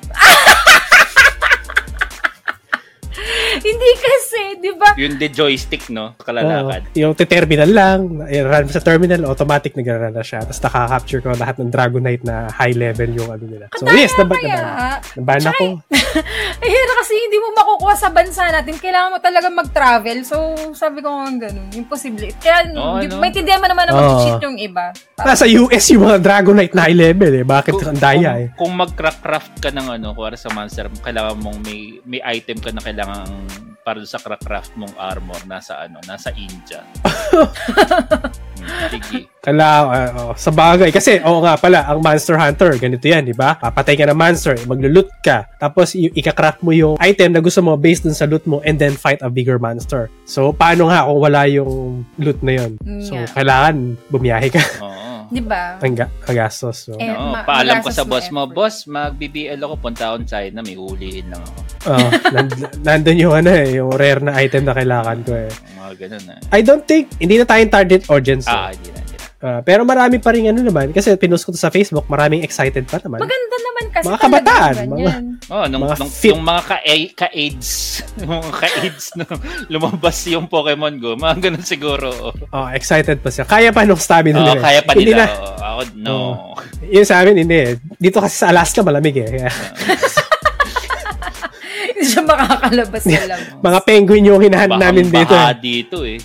S2: Hindi kasi, di ba?
S3: Yun de joystick, no? Kalalakad.
S1: Oo. yung terminal lang, eh, run sa terminal, automatic nagrarun na siya. Tapos nakaka-capture ko lahat ng Dragonite na high level yung ano nila. So
S2: Kadaya
S1: yes, naban
S2: kaya.
S1: naban. Naban ako.
S2: Eh, hirap kasi hindi mo makukuha sa bansa natin. Kailangan mo talaga mag-travel. So, sabi ko nga ganun. Imposible. Kaya,
S3: Oo,
S1: Oh,
S2: di,
S3: ano?
S2: maintindihan mo naman na
S1: Oo.
S2: mag-cheat yung iba. Parang-
S1: Nasa US yung mga Dragonite na high level eh. Bakit ang daya eh?
S3: Kung mag-craft ka ng ano, kuwari sa monster, kailangan mong may, may item ka na kailangan para sa craft mong armor nasa ano, nasa India. Hmm, Sige.
S1: Kala, ah, oh, sa bagay. Kasi, oo nga pala, ang Monster Hunter, ganito yan, di ba? Papatay ka ng monster, maglulut ka. Tapos, i- ikakraft mo yung item na gusto mo based dun sa loot mo and then fight a bigger monster. So, paano nga kung wala yung loot na yun? So,
S2: Mm, Yeah.
S1: kailangan bumiyahe ka
S3: Oo.
S2: Di ba?
S1: ang, ga- ang gastos. So,
S2: Eh,
S3: No,
S2: ma-
S3: paalam ko sa
S2: magastos
S3: boss
S2: na
S3: mo,
S2: effort.
S3: boss, mag-BBL ako, punta akong China, may hulihin lang ako.
S1: oh, nand- nandun yung ano eh, yung rare na item na kailangan ko eh.
S3: Mga ganun na.
S1: I don't think, hindi na tayong target audience. eh.
S3: Ah, hindi na, hindi na.
S1: Ah, pero marami pa rin ano naman, kasi pinost ko to sa Facebook, maraming excited pa naman.
S2: Maganda naman kasi
S1: Mga
S2: mga
S1: kabataan,
S2: kabataan,
S3: Oh, nung,
S1: Mga
S3: nung,
S1: fit.
S3: nung mga ka- ka-AIDS, nung mga ka-AIDS na lumabas yung Pokemon Go, mga ganun siguro. Oh,
S1: Oh, excited pa siya. Kaya pa nung stamina
S3: Oo,
S1: nila. eh.
S3: Ah, kaya pa
S1: Hindi
S3: nila. oh.
S1: na-
S3: Oo, ako, no.
S1: Yun sa amin, hindi eh. Dito kasi sa Alaska, malamig eh.
S3: Ah.
S1: Kaya,
S2: Hindi siya makakalabas sa labas.
S1: mga penguin yung hinahan
S3: Bahang
S1: namin dito.
S3: baha dito eh.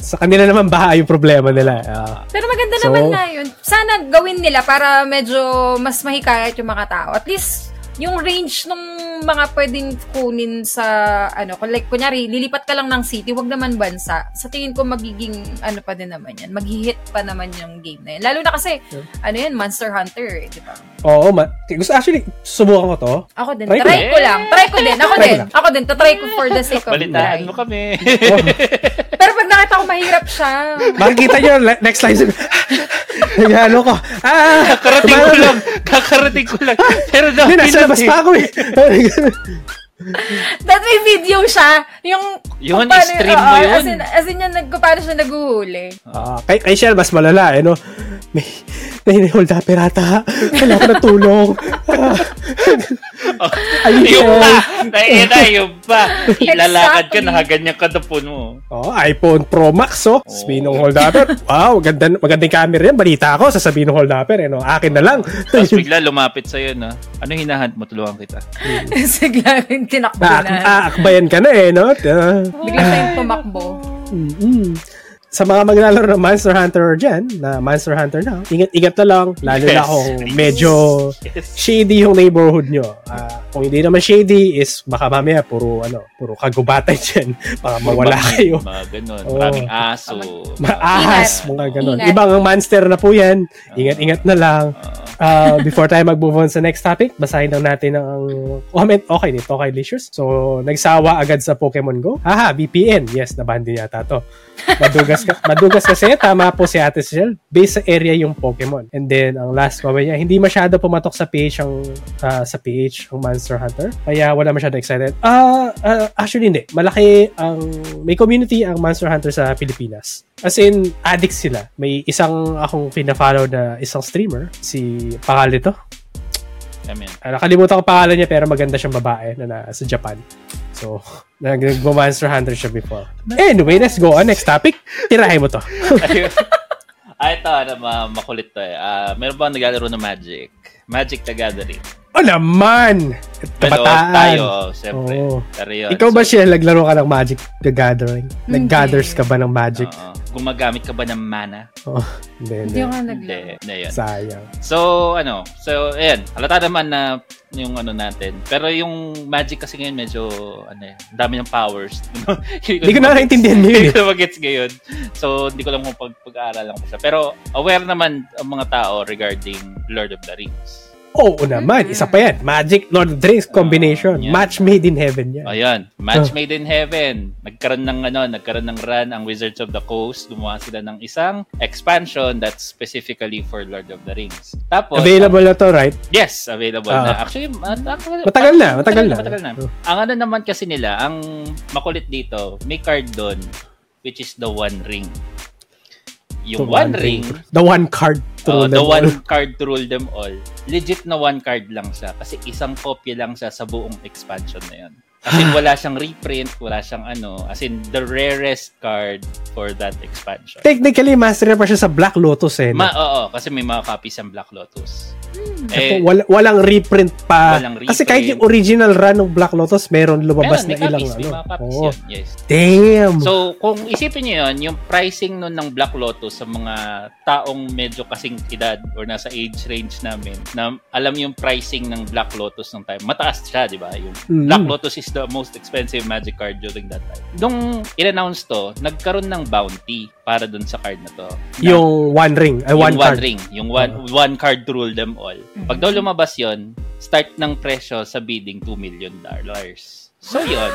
S1: sa kanila naman baha yung problema nila. Ah,
S2: Pero maganda
S1: So-
S2: naman na yun. Sana gawin nila para medyo mas mahikayat yung mga tao. At least, yung range ng mga pwedeng kunin sa, ano, kung like, kunyari, lilipat ka lang ng city, wag naman bansa. Sa tingin ko, magiging, ano pa din naman yan, maghihit pa naman yung game na yun. Lalo na kasi, ano yan, Monster Hunter, eh, di ba?
S1: oo, ma- gusto actually, subukan ko to.
S2: Ako din,
S1: Try
S2: try,
S1: ko
S3: lang.
S2: ko lang. Try ko din, ako
S1: Try ko
S2: din.
S1: lang.
S2: Ako din, tatry ko for the sake of
S3: Balitaan
S2: try.
S3: mo ano kami.
S1: Oh,
S2: Pero pag nakita ko, mahirap siya.
S1: makikita nyo, le- next live. Naghalo ko. Ah!
S3: Kakarating ko
S1: tumayo-
S3: lang. Kakarating ko lang. Pero na,
S1: Hindi, nasa labas pa ako eh.
S2: That may video siya. Yung,
S3: Yun,
S2: kung paano-
S3: stream mo
S2: oo,
S3: yun.
S2: As in, as in yun, nag, kung paano siya naguhuli.
S1: Ah, kay, kay Shell, mas malala eh, no? May, nahinihol na pirata. Wala ko na tulong. Ah. Ay,
S3: yung
S1: Shell.
S3: pa. Naiina, yung pa. Ilalakad ka,
S2: Exactly.
S3: nakaganyan ka na puno.
S1: Oh, iPhone Pro Max, oh. Spinong holdapper. Wow, ganda, magandang camera yan. Balita ako sa Spinong holdapper. Eh, no? Akin na lang.
S3: Tapos bigla lumapit sa'yo, no? Ano hinahunt mo? Tulungan kita. Hmm.
S2: Sigla yung tinakbo
S1: Naak-
S2: na.
S1: Aakbayan Ah, ka na eh, no? Ah,
S2: Bigla tayong tumakbo.
S1: mm-mm. Sa mga maglalaro ng Monster Hunter dyan, na Monster Hunter na, ingat-ingat na lang. Lalo na
S3: Yes.
S1: kung medyo shady yung neighborhood nyo. Ah, kung hindi naman shady is baka mamaya puro, ano, puro kagubatan dyan. Baka mawala kayo.
S3: Mga ganun.
S1: Oo.
S3: Maraming aso.
S1: Maahas,
S2: Ingat.
S1: mga ganun.
S2: Ingat.
S1: Ibang ang monster na po yan. Ingat-ingat na lang. Ah, before tayo mag-move on sa next topic, basahin lang natin ang comment okay nito kay Licious. So, nagsawa agad sa Pokemon Go. Haha, VPN. Yes, nabahan din yata to. Madugas, ka, madugas kasi, tama po si Ate Cecil, based sa area yung Pokemon. And then, ang last comment niya, hindi masyado pumatok sa PH ang, ah, sa PH ang Monster Hunter. Kaya wala masyado excited. Ah, ah, actually hindi. Malaki ang, may community ang Monster Hunter sa Pilipinas. As in, addicts sila. May isang akong pinafollow na isang streamer, si Pakalito.
S3: Amen.
S1: Ah, nakalimutan ko pangalan niya pero maganda siyang babae na, na- sa Japan. So, nag- nagmo-monster hunter siya before. Anyway, let's go on. Next topic. Tirahin mo to.
S3: Ayun. Ay, ito, ano, ma- makulit to eh. Ah, meron ba naglalaro ng Magic? Magic the Gathering.
S1: Oh naman!
S3: Pero
S1: Kabataan.
S3: tayo, siyempre.
S1: Oo.
S3: Pero yun,
S1: Ikaw ba
S3: so,
S1: siya naglaro ka ng Magic the Gathering? Nag-gathers ka ba ng Magic?
S3: oo. gumagamit ka ba ng mana?
S1: Oh, hindi, hindi.
S2: Hindi ako naglaro.
S3: Hindi, hindi yun.
S1: Sayang.
S3: So, ano, so, ayan, halata naman na yung ano natin. Pero yung Magic kasi ngayon medyo, ano eh, ang dami ng powers.
S1: Hindi ko na naiintindihan yun
S3: Hindi
S1: eh.
S3: ko na mag-gets ngayon. So, hindi ko lang kung pag- pag-aaralan ko siya. Pero, aware naman ang mga tao regarding Lord of the Rings.
S1: Oo naman, isa pa yan. Magic Lord of the Rings combination.
S3: Ah, yan.
S1: Match made in heaven yan.
S3: Ayan, match
S1: Oh.
S3: made in heaven. Nagkaroon ng ano, nagkaroon ng run ang Wizards of the Coast. Gumawa sila ng isang expansion that's specifically for Lord of the Rings. Tapos, um,
S1: Available na to, right?
S3: Yes, available
S1: Ah.
S3: na. Actually, mat- actually,
S1: Matagal na, matagal na.
S3: Matagal na.
S1: Oh.
S3: Ang ano naman kasi nila, ang makulit dito, may card doon, which is the One Ring.
S1: To
S3: Yung One, Ring,
S1: The one card to
S3: oh,
S1: rule
S3: the
S1: them all.
S3: one card to rule them all. Legit na one card lang siya kasi isang copy lang siya sa buong expansion na yun. As in, wala siyang reprint, wala siyang ano. As in, the rarest card for that expansion.
S1: Technically, master pa siya sa Black Lotus eh. no?
S3: Ma, oo, kasi may mga copies ang Black Lotus. Eh,
S1: Ako, Hmm. wala- walang reprint pa.
S3: Walang reprint.
S1: Kasi kahit yung original run ng Black Lotus, meron lumabas
S3: meron, may
S1: na ilang
S3: copies, May mga
S1: ano.
S3: copies
S1: Oo.
S3: yun, yes.
S1: Damn!
S3: So, kung isipin nyo yun, yung pricing nun ng Black Lotus sa mga taong medyo kasing edad or nasa age range namin, na alam yung pricing ng Black Lotus nung time, mataas siya, di ba? Yung
S1: Mm.
S3: Black Lotus is reached the most expensive magic card during that time. Nung in-announce to, nagkaroon ng bounty para dun sa card na to. Na-
S1: Yung one ring. Ay, one
S3: yung one
S1: card.
S3: ring. Yung one, one card to rule them all. Pag daw lumabas yon start ng presyo sa bidding 2 million dollars. So yon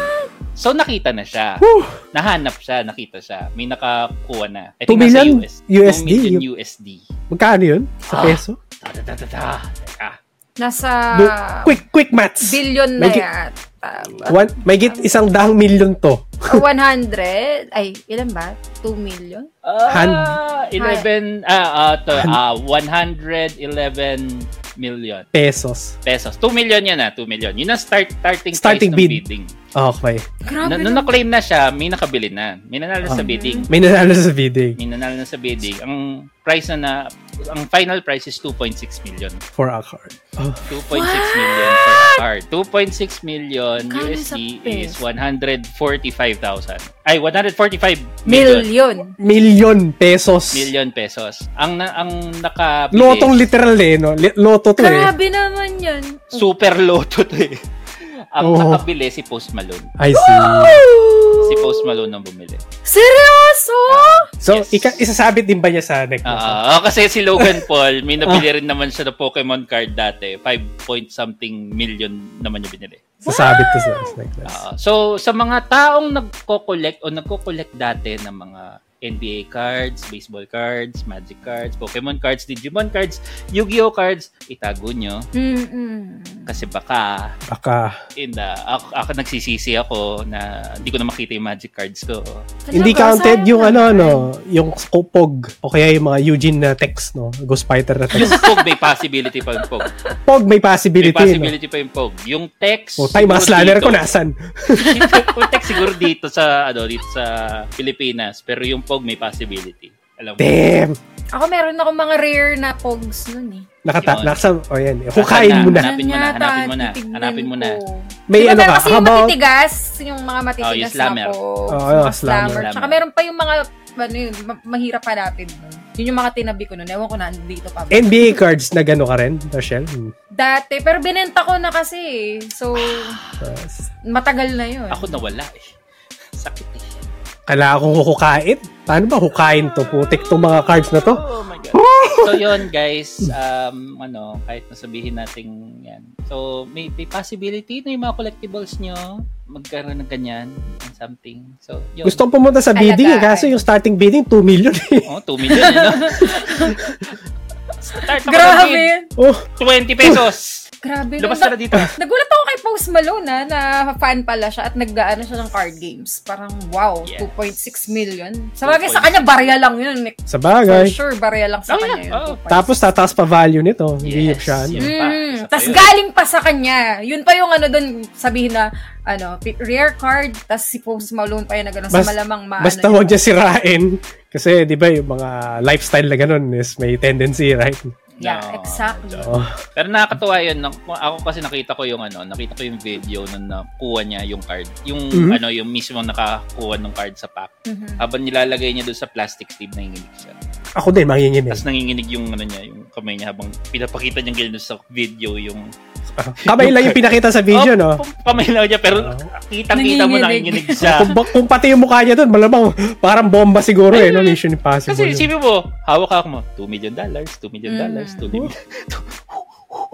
S3: So nakita na siya.
S1: Whew!
S3: Nahanap siya, nakita siya. May nakakuha na. I
S1: 2
S3: nasa
S1: million
S3: US.
S1: USD?
S3: 2 million USD.
S1: Magkano yun? Sa
S3: Ah.
S1: peso?
S3: Da, da, da, da, da. Teka.
S2: Nasa
S1: Do-
S2: Ah,
S1: quick, quick maths!
S2: billion na
S1: May gi-
S2: yata.
S1: One, may git isang dahang milyon to.
S2: O, 100? Ay, ilan ba? 2 million?
S3: Ah,
S1: Hand.
S3: 11, ah, ah, to, ah, 111 million
S1: Pesos.
S3: pesos. 2 million yan ah, 2 million. Yun ang start, starting, price
S1: Starting
S3: ng
S1: bid.
S3: bidding.
S1: Okay.
S2: Grabe
S3: Na- Nung
S2: naman.
S3: na-claim na siya, may nakabili na. May nanalo sa
S1: Ah.
S3: bidding.
S1: May nanalo sa eh. bidding
S3: May nanalo na sa bidding. Ang price na na, ang final price is 2.6 million.
S1: for a card. Oh,
S3: 2.6
S2: What?
S3: million for a car. 2.6 million
S2: Magkano sa
S3: USD is
S2: peso?
S3: 145,000. Ay, 145 million.
S2: Million.
S1: million pesos.
S3: million pesos. Ang na, ang nakabili.
S1: Lotong literal eh, no? Li- Loto to eh.
S2: Grabe naman yun.
S3: Super loto to eh. Ang
S1: Oo.
S3: nakabili si Post Malone.
S1: I see.
S3: Si Post Malone ang bumili.
S2: Seryoso?
S1: So,
S3: Yes.
S1: ika- isasabit din ba niya sa neck? mo?
S3: Ah, ah, kasi si Logan Paul, may nabili rin naman siya ng Pokemon card dati. 5 point something million naman yung binili.
S1: Sasabit ko sa necklace.
S3: Ah, so, sa mga taong nagko-collect o nagko-collect dati ng mga NBA cards, baseball cards, Magic cards, Pokemon cards, Digimon cards, Yu-Gi-Oh cards, itago nyo.
S2: Mm-mm. Ano
S3: Kasi baka,
S1: Baka.
S3: in the, ako, ako nagsisisi ako na hindi ko na makita yung Magic cards ko.
S1: Hindi counted
S2: Sayang
S1: yung ano,
S2: naman.
S1: no? Yung kopog. O kaya yung mga Eugene na text, no? Ghost fighter na
S3: Yung
S1: text.
S3: Pog, may possibility pa yung Pog.
S1: Pog, may
S3: May
S1: possibility, no?
S3: possibility pa yung Pog. Yung text,
S1: O, tayo, mga
S3: siguro
S1: slanner
S3: dito.
S1: ko nasan?
S3: yung text siguro dito sa, ano, dito sa Pilipinas. Pero yung Pog, may possibility. Alam mo.
S1: Damn!
S2: Ako meron akong mga rare na pogs nun eh.
S1: Nakata,
S3: Yun.
S1: nakasam, o yan. eh.
S3: Nasaan
S1: Hukayin
S3: na?
S1: mo na.
S3: Hanapin mo na,
S2: Yata,
S3: hanapin mo na,
S2: titignan
S3: hanapin mo na.
S2: ko.
S1: May
S2: Diba,
S1: ano
S2: pero
S1: ka,
S2: kasi yung
S1: habang,
S2: matitigas, yung mga matitigas
S3: Oh, yung
S2: na
S3: slammer.
S2: pogs,
S1: Oo,
S2: mga
S1: yung slammer.
S2: Tsaka meron pa yung mga, ano yun, ma- mahirap hanapin nun. Yun yung mga tinabi ko nun. Ewan ko na, dito pa. ba?
S1: NBA cards na gano'n ka rin, Rochelle? Hmm.
S2: Dati, pero binenta ko na kasi eh. So,
S1: Tapos,
S2: matagal na yun.
S3: Ako nawala eh. Sakit eh.
S1: Kailangan kong hukukain? Paano ba hukain to? Putik tong mga cards na to?
S3: Oh my God. so yun guys, um, ano, kahit nasabihin natin yan. So may, may possibility na yung mga collectibles nyo magkaroon ng ganyan and something. So yun.
S1: Gusto kong pumunta sa bidding eh,
S2: Alagaan.
S1: kaso yung starting bidding, 2 million eh.
S3: Oh, 2 million eh, no? Start ako
S2: Grabe
S3: na
S2: yun.
S1: Oh,
S3: bid. 20 pesos!
S2: Grabe. nun.
S3: Labas na dito.
S2: Nagulat ako kay Post Malone ha, na fan pala siya at nag-ano siya ng card games. Parang wow,
S3: Yes.
S2: 2.6 million. Sa bagay sa kanya, barya lang yun.
S1: sa
S2: For
S1: bagay.
S2: sure, barya lang sa
S3: Oh,
S2: kanya
S3: yeah.
S2: yun.
S3: Oh.
S2: 2.6.
S1: Tapos tataas pa value nito. Hindi
S3: Yes,
S1: siya. ano.
S3: yun pa.
S2: Mm,
S3: Isa pa
S2: tas
S3: yun.
S2: galing pa sa kanya. Yun pa yung ano doon, sabihin na, ano, pi- rare card, tas si Post Malone pa yun na gano'n sa
S1: Bas-
S2: malamang maano.
S1: Basta huwag niya sirain. Kasi, di ba, yung mga lifestyle na ganun is may tendency, right?
S2: Yeah,
S3: No,
S2: exactly.
S1: Oh.
S3: Pero nakakatuwa yun. Nak- Ako kasi nakita ko yung ano, nakita ko yung video nung nakuha niya yung card. Yung
S1: Mhm.
S3: ano, yung mismo nakakuha ng card sa pack.
S2: Mhm.
S3: Habang nilalagay niya doon sa plastic sleeve, nanginginig siya.
S1: Ako din, manginginig.
S3: Tapos nanginginig yung ano niya, yung kamay niya habang pinapakita niya ganyan sa video yung
S1: Kamay lang yung pinakita sa video, no? Ah.
S3: Oh, kamay lang niya pero
S1: Oo.
S3: kitang-kita mo
S2: Nanginginig.
S3: nanginginig siya.
S1: Kung, ba- kung pati yung mukha niya doon, malamang parang bomba siguro eh, no?
S3: Ay,
S1: Mission Impossible.
S3: Kasi
S1: Kasi,
S3: isipin mo, hawak ako mo, 2 million dollars, 2 million
S2: Mm.
S3: dollars, 2 million.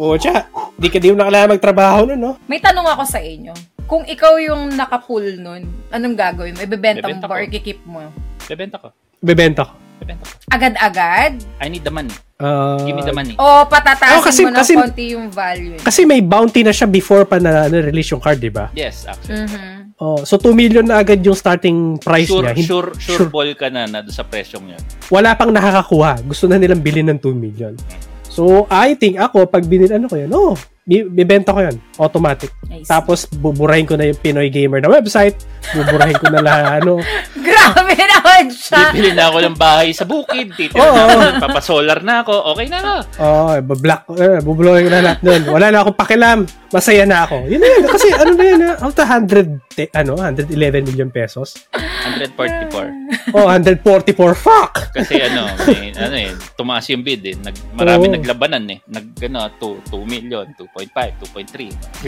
S1: Oo, tsaka, di ka di mo na kailangan magtrabaho nun, no?
S2: May tanong ako sa inyo. Kung ikaw yung nakapull nun, anong gagawin mo? Ibebenta mo
S3: Bebenta
S2: ba
S3: ko.
S2: or ikikip mo?
S3: Bebenta ko.
S1: Bebenta ko.
S3: Bebenta ko.
S2: Agad-agad?
S3: I need the money.
S1: Ah,
S3: Give me the money.
S2: O patatasin
S1: Oh, kasi-
S2: mo ng
S1: kasi-
S2: konti yung value?
S1: kasi may bounty na siya before pa na, na-release yung card, di ba?
S3: Yes, actually.
S2: Mhm.
S1: Oh, so 2 million na agad yung starting price
S3: Sure,
S1: niya. Hin-
S3: sure, sure,
S1: sure.
S3: ball ka na, na doon sa presyong yun.
S1: Wala pang nakakakuha. Gusto na nilang bilhin ng 2 million. So, I think ako, pag binilhan ko yun, oh, bi- bibenta ko yun. Automatic.
S2: Nice.
S1: Tapos, buburahin ko na yung Pinoy Gamer na website. Buburahin ko na lahat. Ano?
S2: Grabe naman siya.
S3: Bibili na ako ng bahay sa bukid. Dito
S1: Oo.
S3: papasolar na ako. Okay na ako.
S1: Oo, oh, black, eh, bubulawin ko na lahat nun. Wala na akong pakilam. Masaya na ako. Yun na yun. Kasi ano na yun, ah, out of 100, ano, 111 million pesos.
S3: 144.
S1: Oh, 144, fuck!
S3: Kasi ano, may, ano yun, tumaas yung bid eh. Nag, marami
S1: Oo.
S3: naglabanan eh. Nag, ano, 2, 2 million, 2.5,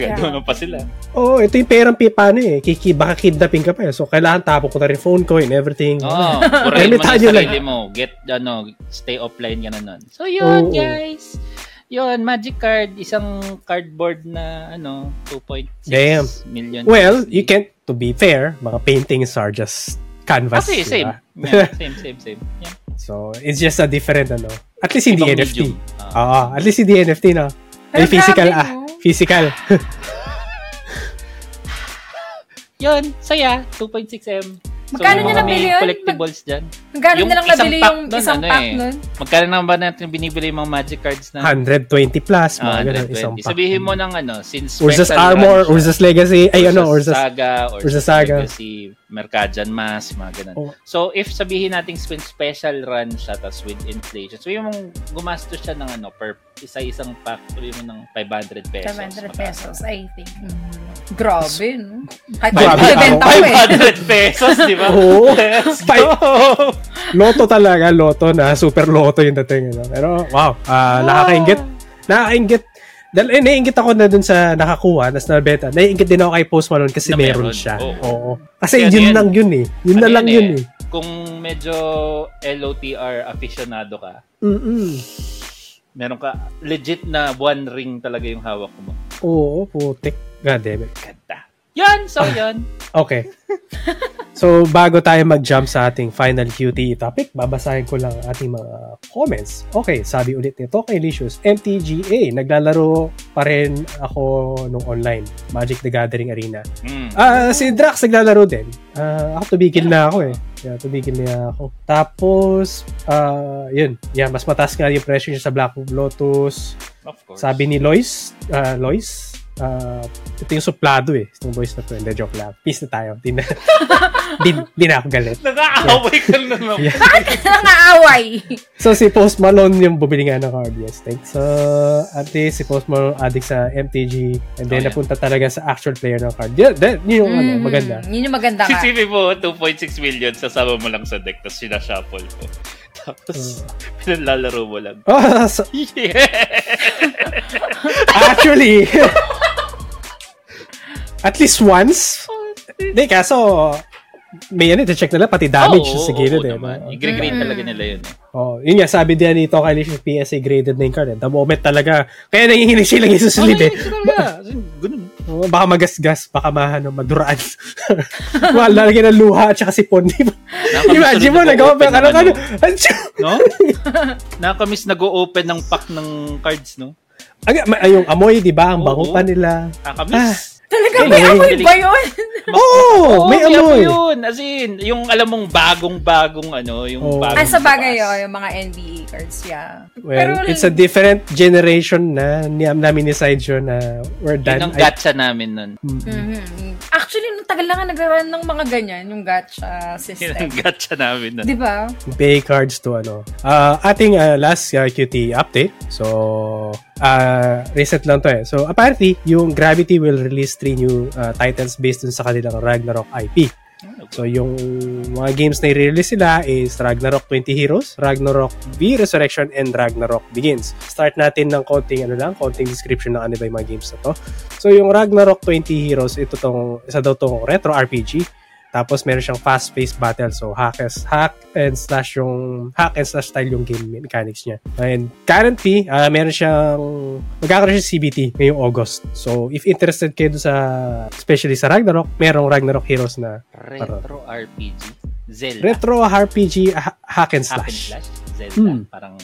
S3: 2.3.
S2: Yeah.
S3: Gano'n pa sila.
S1: Oo, oh, ito yung perang pipa ano eh. Kiki, baka kidnapping ka pa eh. So, kailangan tapon ko na rin phone ko and everything.
S3: Oo, oh,
S1: Ay,
S3: purahin
S1: may
S3: mo sa
S1: tayo lang.
S3: sarili mo. Get, ano, stay offline ka na nun. So,
S1: Oo.
S3: yun, guys. Yun, Magic Card, isang cardboard na, ano, 2.6
S1: Damn.
S3: million.
S1: Well,
S3: USD.
S1: you can, to be fair, mga paintings are just canvas.
S3: Kasi, same.
S1: diba?
S3: Yeah, same, same, same. Yeah.
S1: So, it's just a different, ano. At least hindi
S3: Ibang
S1: NFT.
S3: medium. Ah.
S1: Oo, at least hindi NFT, no? Ay,
S2: Pero
S1: physical,
S2: grabe,
S1: ah.
S2: no?
S1: Physical.
S3: Yun, saya, 2.6M.
S1: niya
S2: Magkano
S3: mga
S2: nabili yun?
S3: collectibles dyan.
S2: Magkano
S3: Yung
S2: na lang
S3: isang
S2: nabili
S3: pack
S2: yung
S3: nun,
S2: isang
S3: ano
S2: pack
S3: eh.
S2: nun?
S3: Magkano naman ba natin binibili yung mga magic cards na
S1: 120 plus. Mga
S3: Ah,
S1: ganun, isang
S3: 120?
S1: pack.
S3: Sabihin mo ng ano, since
S1: Ursus
S3: special
S1: Armor,
S3: run siya,
S1: Ursus Legacy, ay ano, Ursus...
S3: Saga, Ursus,
S1: Ursus Saga.
S3: Legacy, Mercadian Mask, mga ganun.
S1: Oh.
S3: So, if sabihin natin spin special run siya, tapos with inflation, so yung gumastos siya ng ano, per isa-isang pack, sabihin mo ng 500 pesos.
S2: 500
S3: mataas
S2: pesos,
S3: na.
S2: I think. Mm-hmm. Grabe, no? Kahit
S1: Grabe, ano?
S2: magbebenta
S1: ako.
S2: ko eh.
S3: 500 pesos, di ba?
S1: Oo.
S3: Let's
S1: Five-
S3: go!
S1: Loto talaga, loto na. Super loto yung dating. Ano? Pero, wow. ah Nakakaingit. Nakakaingit. Dahil eh, naiingit ako na dun sa nakakuha, nas na beta. Naiingit din ako kay Post Malone kasi
S3: Na
S1: meron,
S3: meron.
S1: siya.
S3: Oo.
S1: Oo. Kasi
S3: Yan,
S1: yun
S3: yan.
S1: lang yun eh. Yun na
S3: Ano
S1: lang yun eh.
S3: Kung medyo LOTR aficionado ka,
S1: eh. Mm-mm.
S3: meron ka legit na one ring talaga yung hawak mo.
S1: Oo, putik. God damn it.
S3: Ganda. Yun,
S1: Ah.
S3: so yun.
S1: Okay. so, bago tayo mag-jump sa ating final QTE topic, babasahin ko lang ang ating mga comments. Okay, sabi ulit nito kay Licious, MTGA, naglalaro pa rin ako nung online, Magic the Gathering Arena.
S3: Mm.
S5: Hmm,
S1: Ah, si Drax naglalaro din. Ah, ako tumigil na ako eh. Yeah, tumigil na ako. Tapos, ah, yun. Yeah, mas mataas nga yung pressure niya sa Black Lotus.
S3: Of course.
S1: Sabi ni Lois, ah, Lois, ah, ito yung suplado eh. Itong boys na to. Hindi, joke lang. Peace na tayo. Di na, di, di na ako galit.
S3: Nakakaaway ka na naman.
S1: Yeah.
S2: Ano Nangaaway.
S1: So, si Post Malone yung bumili nga ng card. Yes, thanks. So, ate, si Post Malone addict sa MTG and then
S3: Oh, yeah.
S1: napunta talaga sa actual player ng card. Yun, that- yun yung ano,
S2: Mm,
S1: maganda.
S2: Yun yung maganda ka.
S5: Isipin mo, 2.6 million, sasama mo lang sa deck, tapos sinashuffle mo.
S1: Mm.
S5: Tapos, pinalalaro mo lang.
S1: Oh, so,
S5: Yeah!
S1: Actually, at least once.
S3: Oh,
S1: Hindi, kaso, may ano, check nila, pati damage
S3: Oh, Oo,
S1: sa
S3: oo,
S1: gilid
S3: oo
S1: eh.
S3: naman.
S1: no?
S3: I-grade talaga nila yun. eh.
S1: Oh, yun nga, sabi din ni Tokai Lish, PSA graded na yung card. eh. The moment talaga, kaya nangihinig sila yung susulid eh. Oh, baka magasgas, baka mahano, maduraan. Wala, lalagyan ng luha at saka sipon. di ba?
S3: Nakakamiss
S1: Imagine
S3: na
S1: mo,
S3: nag-open
S1: nag-open ka
S3: ng
S1: ng ano.
S3: ano.
S1: Atsyo!
S3: No? Nakakamiss nag-o-open ng pack ng cards, no?
S1: Ang, ma- ano, yung amoy, di ba? Ang bango
S3: Oo.
S1: pa nila. Ah.
S3: Nakakamiss.
S2: Talaga,
S1: Anyway.
S2: may amoy ba yun?
S1: Oo, oh, may
S3: apo
S1: amoy.
S3: yun. As in, yung alam mong bagong-bagong ano, yung
S1: Oo.
S3: bagong
S2: Ah, sa bagay
S3: labas.
S2: yun, yung mga NBA cards, yeah.
S1: Well, it's a different generation na niyam namin ni Sideshow na we're
S3: Yun
S1: done.
S3: ang gacha namin nun.
S1: Hmm.
S2: Mhm. Actually, nung tagal na nga nagraran ng mga ganyan, yung gacha
S5: Yun ang
S2: system.
S5: gacha namin nun.
S2: Di ba?
S1: pay cards to ano. Ah, ating ah, last ah, QT update. So, ah recent lang to eh. So, apparently, yung Gravity will release three new ah, titles based dun sa kanilang Ragnarok IP. So, yung mga games na i-release nila is Ragnarok 20 Heroes, Ragnarok V Resurrection, and Ragnarok Begins. Start natin ng konting, ano lang, konting description ng ano ba yung mga games na to. So, yung Ragnarok 20 Heroes, ito tong, isa daw tong retro RPG. Tapos, meron siyang fast-paced battle. So, hack, as, hack and slash yung, hack and slash style yung game mechanics niya. And currently, ah, meron siyang, magkakaroon siya ng CBT ngayong August. So, if interested kayo dun sa, especially sa Ragnarok, merong Ragnarok Heroes na
S3: Retro RPG. Zelda.
S1: Retro RPG ha- hack and
S3: Hack and
S1: slash.
S3: slash. Zelda.
S1: Hmm.
S3: Parang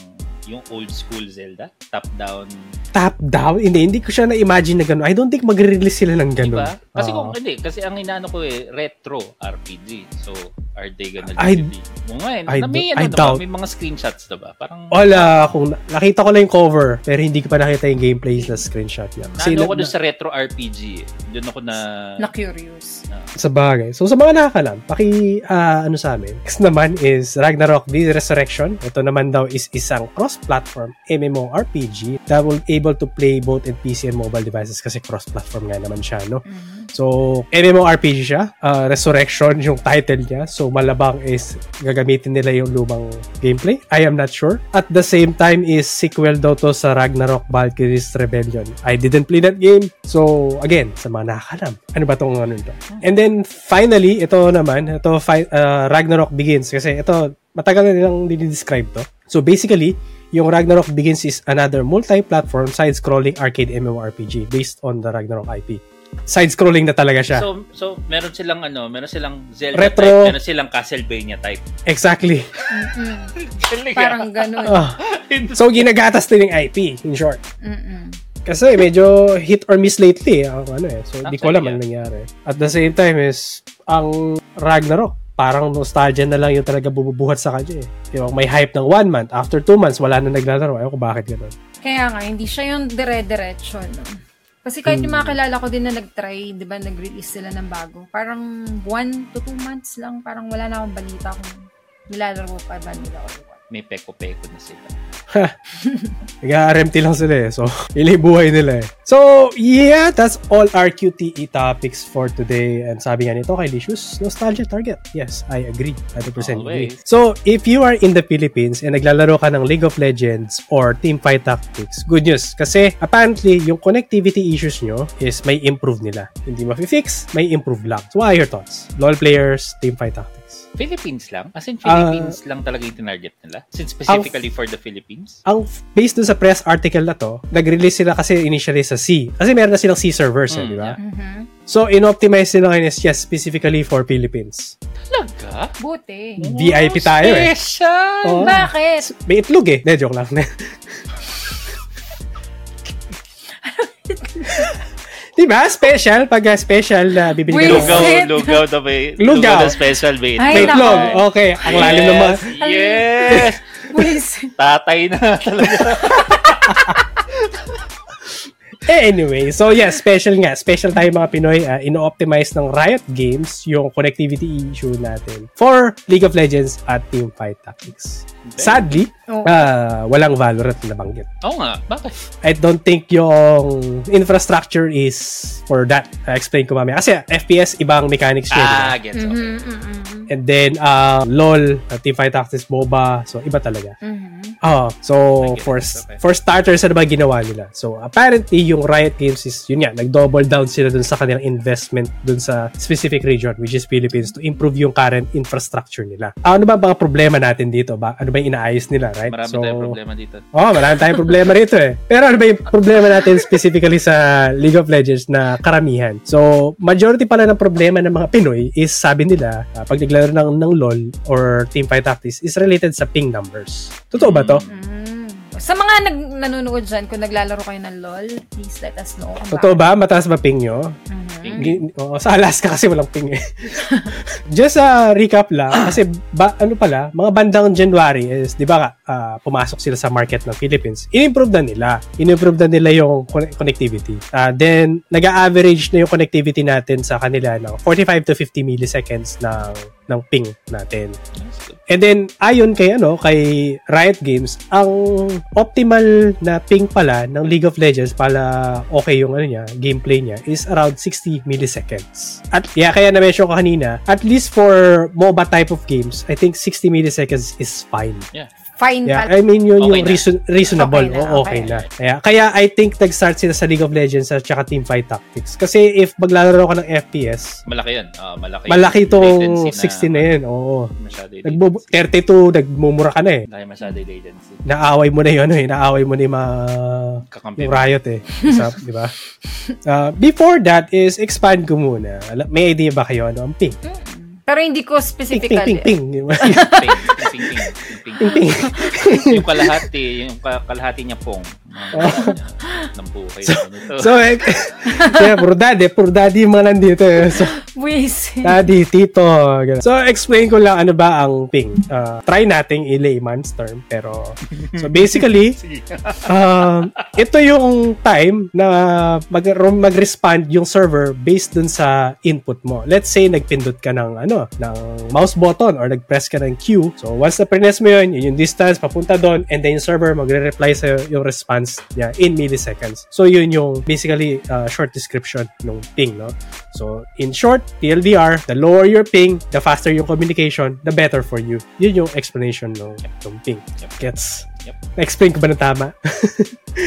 S3: yung old school Zelda. Top-down.
S1: Top down. Hindi, hindi ko siya na-imagine na gano'n. I don't think magre-release sila ng gano'n.
S3: Diba? Kasi
S1: Oo.
S3: kung hindi, kasi ang inaano ko eh, retro RPG. So, Are they gonna
S1: I-
S3: leave the league? Oo nga eh.
S1: I
S3: Na- may,
S1: do-
S3: ano,
S1: I
S3: diba?
S1: doubt. Oh,
S3: may mga screenshots, diba? Parang,
S1: Wala, kung na- nakita ko lang yung cover, pero hindi ko pa nakita yung gameplay na screenshot niya. Kasi
S3: naano ko
S1: na-
S3: doon sa retro RPG eh. Doon ako na...
S2: Na-curious.
S1: sa bagay. So sa mga nakakalam, paki ah, ano sa amin. Next naman is Ragnarok The Resurrection. Ito naman daw is isang cross-platform MMORPG that will able to play both in PC and mobile devices kasi cross-platform nga naman siya, no? So, MMORPG siya. Ah, Resurrection yung title niya. So, malabang is gagamitin nila yung lumang gameplay. I am not sure. At the same time is sequel daw to sa Ragnarok Valkyries Rebellion. I didn't play that game. So, again, sa mga nakakalam. Ano ba tong ano ito? And then, finally, ito naman, ito fi- ah, Ragnarok Begins. Kasi ito, matagal na nilang dinidescribe to. So, basically, yung Ragnarok Begins is another multi-platform side-scrolling arcade MMORPG based on the Ragnarok IP side-scrolling na talaga siya.
S3: So, so meron silang ano, meron silang Zelda
S1: Retro.
S3: type, meron silang Castlevania type.
S1: exactly.
S2: Mm-mm.
S5: Galing ah.
S2: Parang ganun.
S1: Ah. so, ginagatas din yung IP, in short.
S2: Mm-mm.
S1: Kasi medyo hit or miss lately. Ang ano eh. So, di ko alam ang
S3: Actually,
S1: nangyari. At the same time is, ang Ragnarok, parang nostalgia na lang yung talaga bububuhat sa kanya eh. Yung may hype ng one month, after two months, wala na naglalaro. Ayaw ko bakit ganun.
S2: Kaya nga, hindi siya yung dire-diretso, no? Kasi kahit yung mga
S1: Hmm.
S2: kilala ko din na nag-try, di ba, nag-release sila ng bago. Parang one to two months lang, parang wala na akong balita kung nilalaro pa ba nila or what.
S3: May peko-peko na sila.
S1: Nag-RMT lang sila eh. So, yun yung buhay nila eh. So, yeah, that's all our QTE E topics for today. And sabi nga nito kay Licious, nostalgia target. Yes, I agree. 100% agree.
S3: Always.
S1: So, if you are in the Philippines and naglalaro ka ng League of Legends or Teamfight Tactics, good news. Kasi, apparently, yung connectivity issues nyo is may improve nila. Hindi ma-fix, may improve lang. So, what are your thoughts? LoL players, Teamfight Tactics.
S3: Philippines lang? As in,
S1: Ah.
S3: Philippines lang talaga yung tinarget nila? Since specifically for the Philippines?
S1: ang based dun sa press article na to, nag-release sila kasi initially sa C. Kasi meron na silang C servers, eh,
S3: Mm,
S1: di ba?
S3: yeah.
S2: Mhm.
S1: So, in-optimize nila ngayon is yes, specifically for Philippines.
S3: Talaga?
S2: Buti.
S1: VIP tayo eh.
S3: Special!
S2: Oh.
S1: Oo.
S2: Bakit?
S1: May itlog eh. De, joke lang. di ba? Special. Pag uh, special, na bibili ka ng-
S5: Lugaw,
S2: Shit.
S5: lugaw na may,
S1: Lugaw.
S5: lugaw. na special may
S2: Ay,
S1: May
S2: nako.
S1: itlog. Okay. Ang lalim ng mga...
S5: Yes, yes.
S2: Please.
S5: Tatay na talaga.
S1: Eh, anyway, so yeah, special nga. Special tayo mga Pinoy. ah, ino-optimize ng Riot Games yung connectivity issue natin for League of Legends at Teamfight Tactics. Sadly,
S2: Oh.
S1: ah, walang Valorant na banggit.
S3: Oo nga, bakit?
S1: I don't think yung infrastructure is for that. I explain ko mamaya. Kasi FPS, ibang mechanics yun.
S3: Ah, gets it.
S1: Mm-hmm.
S2: Mhm, mhm,
S1: And then, ah, LOL, ah, Teamfight Tactics, MOBA. So, iba talaga.
S2: mhm.
S1: Ah, so
S3: Okay,
S1: for
S3: ano okay.
S1: for starters ano ba ginawa nila? So apparently yung Riot Games is yun nga, nag-double down sila dun sa kanilang investment dun sa specific region which is Philippines to improve yung current infrastructure nila. Ah, ano ba ang mga problema natin dito? Ba ano ba yung inaayos nila, right?
S3: Marami
S1: so,
S3: tayong problema dito.
S1: Oh, marami tayong problema rito eh. Pero ano ba yung problema natin specifically sa League of Legends na karamihan? So, majority pala ng problema ng mga Pinoy is sabi nila, ah, pag naglaro ng, ng LOL or Teamfight Tactics is related sa ping numbers. Totoo ba to?
S2: Mm. Sa mga nag nanonood dyan, kung naglalaro kayo ng LOL, please let us know. kung
S1: Totoo ba? Mataas ba ping nyo?
S2: bakit. Mhm.
S3: Ping.
S1: Hindi- oo, sa Alaska kasi walang ping eh. Just a recap lang, kasi ba, ano pala, mga bandang January is, di ba nga, ah, pumasok sila sa market ng Philippines. In-improve na nila. In-improve na nila yung con- connectivity. Ah, then, nag-average na yung connectivity natin sa kanila ng 45 to 50 milliseconds ng, ng ping natin. And then, ayon kay, ano, kay Riot Games, ang optimal na ping pala ng League of Legends pala okay yung ano niya, gameplay niya is around 60 milliseconds. At yeah, kaya na-mention ko kanina, at least for MOBA type of games, I think 60 milliseconds is fine.
S2: Fine
S1: Yeah,
S2: pala.
S1: I mean yun
S3: Okay
S1: yung
S3: na.
S1: reason- reasonable.
S2: Okay na,
S1: Oo, okay,
S2: okay
S1: na. Kaya, kaya I think nag-start sila sa League of Legends at saka Teamfight Tactics. Kasi if maglalaro ka ng FPS,
S3: Malaki yun. Ah, malaki.
S1: malaki eh.
S3: yung
S1: tong
S3: latency
S1: 60 na yun. Oo.
S3: Masyado yung
S1: Nagbubu- 32, nagmumura ka na eh.
S3: Dahil masyado yung latency.
S1: naaway mo na yun, ano eh, naaway mo na yung mga
S3: Kakampi.
S1: yung riot eh. Isa, di ba? Uh, before that is expand ko muna. Ala- May idea ba kayo ano ang ping?
S2: Pero hindi ko
S1: Ping, ping,
S2: specifically.
S1: ping, ping. Di ba?
S3: Ping, ping, ping, ping, ping. yung kalahati, yung ka- kalahati niya pong. ng buhay
S1: So-
S3: na nito.
S1: So, eh, kaya puro daddy, puro daddy yung mga nandito. eh. So,
S2: Buwis.
S1: daddy, tito. ganun. So, explain ko lang ano ba ang ping. Ah, try nating i-layman's term. Pero, so basically,
S5: Sige.
S1: um, ito yung time na mag- mag-respond yung server based dun sa input mo. Let's say nagpindot ka ng ano, ng mouse button or nag-press ka ng Q. So once na press mo yun, yun yung distance papunta doon and then yung server magre-reply sa yung response niya in milliseconds. So yun yung basically uh, short description ng ping, no? So in short, TLDR, the lower your ping, the faster yung communication, the better for you. Yun yung explanation ng, ng ping. Gets?
S3: Yep.
S1: Na-explain ko ba na tama?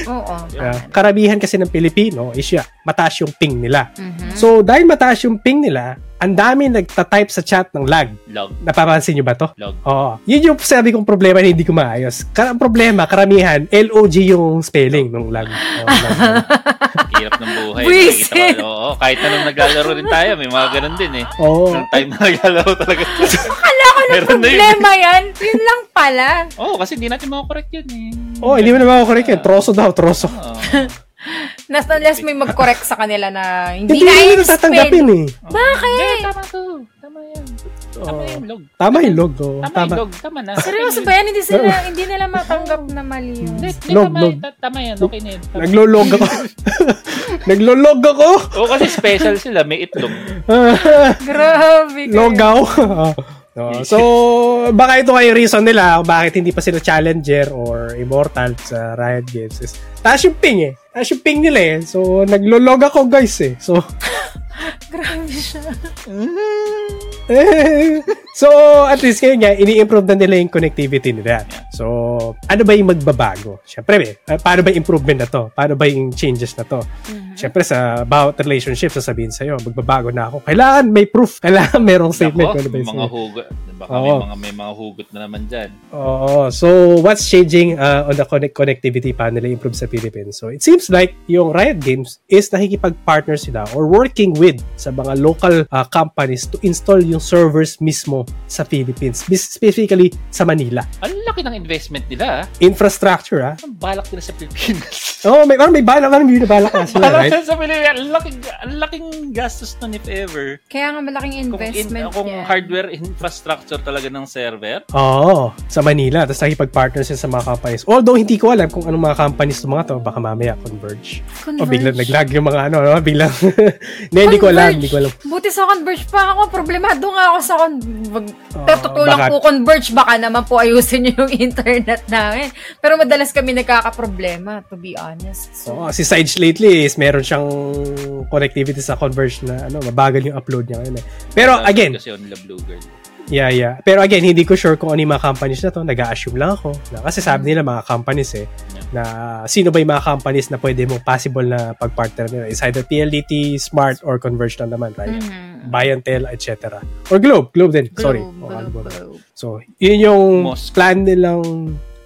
S2: Oo.
S1: Yeah. Karamihan kasi ng Pilipino is yeah, mataas yung ping nila.
S3: Mm-hmm.
S2: Mhm.
S1: So, dahil mataas yung ping nila, ang dami nagtatype sa chat ng lag.
S3: Log.
S1: Napapansin nyo ba to?
S3: Log.
S1: Oo. Yun yung sabi kong problema na hindi ko maayos. Kar- ang problema, karamihan, LOG yung spelling ng lag. Oo, lag.
S3: Hirap ng buhay.
S2: Buwisit.
S3: Nakikita ko, Oo, kahit na nung naglalaro rin tayo, may mga ganun din eh.
S1: Oo.
S3: Nung time na naglalaro talaga.
S2: Akala ko na
S3: Meron na yun.
S2: problema yan. Yun lang pala.
S3: Oo, oh, kasi hindi natin makakorrect yun eh.
S1: Oo, hindi mo naman ako correct yun. Troso daw, troso.
S3: Oo.
S2: Nas, unless may mag-correct sa kanila na hindi,
S1: Hindi
S2: na
S1: nila
S2: yun
S1: tatanggapin eh.
S2: Bakit?
S3: Tama to. Tama yan. Tama
S1: Oo.
S3: yung log.
S1: Tama yung log. oo.
S3: Tama, yung
S1: Tama.
S3: log. Tama na.
S2: Seryoso ba yan? Hindi, sila, hindi nila matanggap na mali yun.
S3: Hindi, hindi,
S1: Log,
S3: tama,
S1: log.
S3: ta- tama yan. Okay na yun. Tama.
S1: Naglolog ako. Naglolog ako.
S3: Oo, kasi special sila. May itlog.
S2: Grabe. kayo.
S1: Logaw. Oo. so, baka ito kayo reason nila kung bakit hindi pa sila challenger or immortal sa Riot Games. Is, taas yung ping eh. Taas yung ping nila eh. So, naglolog ako guys eh. So,
S2: Grabe siya.
S1: so, at least ngayon nga, ini-improve na nila yung connectivity nila. So, ano ba yung magbabago? Siyempre, eh, ah, paano ba yung improvement na to? Paano ba yung changes na to? Siyempre, sa about relationship, sasabihin sa'yo, magbabago na ako. Kailangan may proof. Kailangan merong statement.
S3: Nako,
S1: Ano ba yung
S3: mga
S1: sa'yo?
S3: hugot. Baka
S1: Oo.
S3: may mga, may mga hugot na naman dyan.
S1: Oo. So, what's changing uh, on the connect connectivity pa nila improve sa Philippines? So, it seems like yung Riot Games is nakikipag-partner sila or working with sa mga local uh, companies to install yung servers mismo sa Philippines, bis- specifically sa Manila.
S3: Ang laki ng investment nila. ah.
S1: Infrastructure, ah.
S3: Ang balak nila sa Pilipinas.
S1: Oo, oh, may, parang may balak, parang may balak na sila,
S3: Balak
S1: right?
S3: nila sa Pilipinas. Ang laking, ang laking gastos nun if ever.
S2: Kaya nga malaking
S3: Kung, in,
S2: investment
S3: kung
S2: yan.
S3: hardware infrastructure talaga ng server,
S1: Oo, sa Manila. Tapos nakikipag-partner sila sa mga companies. Although, hindi ko alam kung anong mga companies ng mga to. Baka mamaya, Converge.
S2: Converge.
S1: O, biglang nag-lag yung mga ano, ano biglang... Hindi, hindi ko alam,
S2: Converge.
S1: hindi ko alam.
S2: Buti sa Converge pa ako. Problemado nga ako sa Converge.
S1: Oo,
S2: Pero tutulong
S1: Ah, baka-
S2: po Converge. Baka naman po ayusin niyo yung internet namin. Pero madalas kami nagkakaproblema, to be honest. So,
S1: Oo, si Sage lately is meron siyang connectivity sa Converge na ano, mabagal yung upload niya ngayon eh. Pero
S3: Sabi
S1: again,
S3: Kasi on the Blue Girl.
S1: yeah, yeah. Pero again, hindi ko sure kung ano yung mga companies na to. Nag-assume lang ako. Na, kasi sabi nila mga companies eh, na sino ba yung mga companies na pwede mo possible na pag-partner nila. Is either PLDT, Smart, or Converge na naman, right?
S2: mhm.
S1: Bayantel, etc. Or Globe. Globe din. Sorry. Oo, ano
S2: Globe,
S1: ba ba?
S2: globe.
S1: So, yun yung
S3: Most-
S1: plan nilang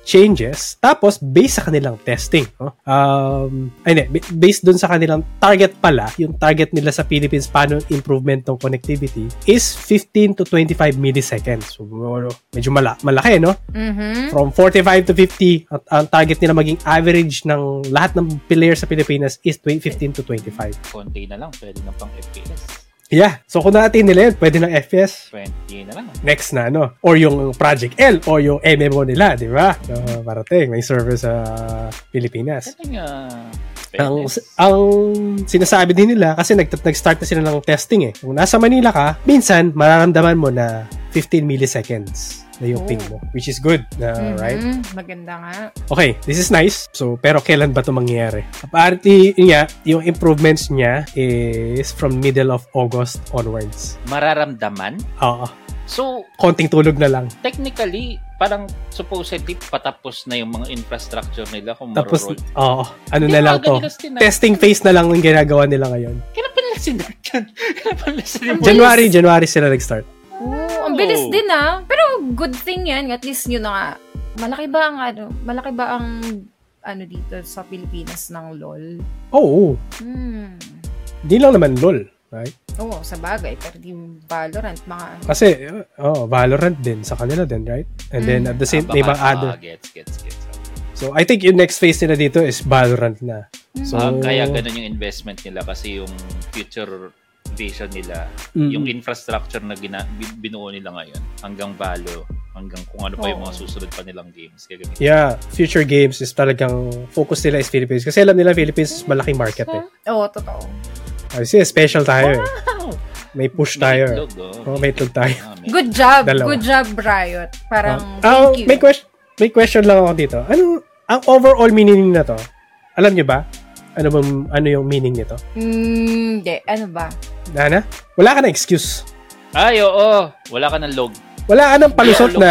S1: changes. Tapos, based sa kanilang testing. No? Um, ay, hindi, ba- based dun sa kanilang target pala, yung target nila sa Philippines, paano yung improvement ng connectivity, is 15 to 25 milliseconds. So, ano, medyo mala- malaki, no?
S2: Mhm.
S1: From 45 to 50, at ang target nila maging average ng lahat ng players sa Pilipinas is 20 15 to 25.
S3: Konti na lang. Pwede na pang FPS.
S1: Yeah. So, kung natin nila yun, pwede ng FPS.
S3: 20 na lang.
S1: next na ano or yung Project L or yung MMO nila di ba uh, parating may server sa Pilipinas
S3: Kasi nga,
S1: ang, ah.
S3: fairness.
S1: ang sinasabi din nila kasi nag, nag-start na sila ng testing eh kung nasa Manila ka minsan mararamdaman mo na 15 milliseconds na yung
S2: Oh.
S1: ping mo which is good na
S2: Mhm.
S1: right
S2: Maganda nga.
S1: okay this is nice so pero kailan ba to mangyayari apparently yun nga yung improvements niya is from middle of August onwards
S3: mararamdaman.
S1: oo
S3: So,
S1: konting tulog na lang
S3: technically, parang supposedly patapos na yung mga infrastructure nila kung
S1: Tapos,
S3: maroroll.
S1: oo, ano
S3: Hindi,
S1: na lang
S3: mga
S1: to.
S3: ganilas din, ah.
S1: Testing phase na lang yung ginagawa nila ngayon.
S3: Kailan pa nila sinart yan? Kailan pa nila sinart?
S1: January, January sila nag-start.
S2: Oo, ang bilis
S1: Oh.
S2: din ah. Pero good thing yan. At least yun na nga. Malaki ba ang ano? Malaki ba ang ano dito sa Pilipinas ng LOL?
S1: Oo, oh,
S2: Hmm.
S1: di lang naman LOL. Right?
S2: Oo, sa bagay. Pero yung Valorant, mga ano.
S1: Kasi, oh, Valorant din sa kanila din, right? And then,
S2: Mm.
S1: at the same,
S3: Ah,
S1: may
S3: baka-
S1: mga other.
S3: ah, gets, gets, gets.
S1: So, I think yung next phase nila dito is Valorant na. So,
S3: Ah, kaya ganun yung investment nila kasi yung future vision nila,
S1: Mm.
S3: yung infrastructure na gina, bin- binuo nila ngayon hanggang value, hanggang kung ano pa yung mga
S2: Oo.
S3: susunod pa nilang games. Kaya ganun.
S1: Yeah, future games is talagang focus nila is Philippines. Kasi alam nila Philippines is malaking market eh.
S2: Oo, totoo.
S1: Kasi special tayo eh. May push tayo.
S3: Itlog, oh.
S1: Oh, may itlog tayo.
S3: Ah, may-
S2: Good job.
S1: Dalawa.
S2: Good job, Riot. Parang,
S1: Ah,
S2: thank you.
S1: may question, may question lang ako dito. Ano ang overall meaning na to? Alam niyo ba? Ano bang ano yung meaning nito?
S2: Mm, Hindi. ano ba?
S1: Nana? Wala ka na excuse.
S3: Ay, oo. Wala ka ng log.
S1: Wala ka ng palusot na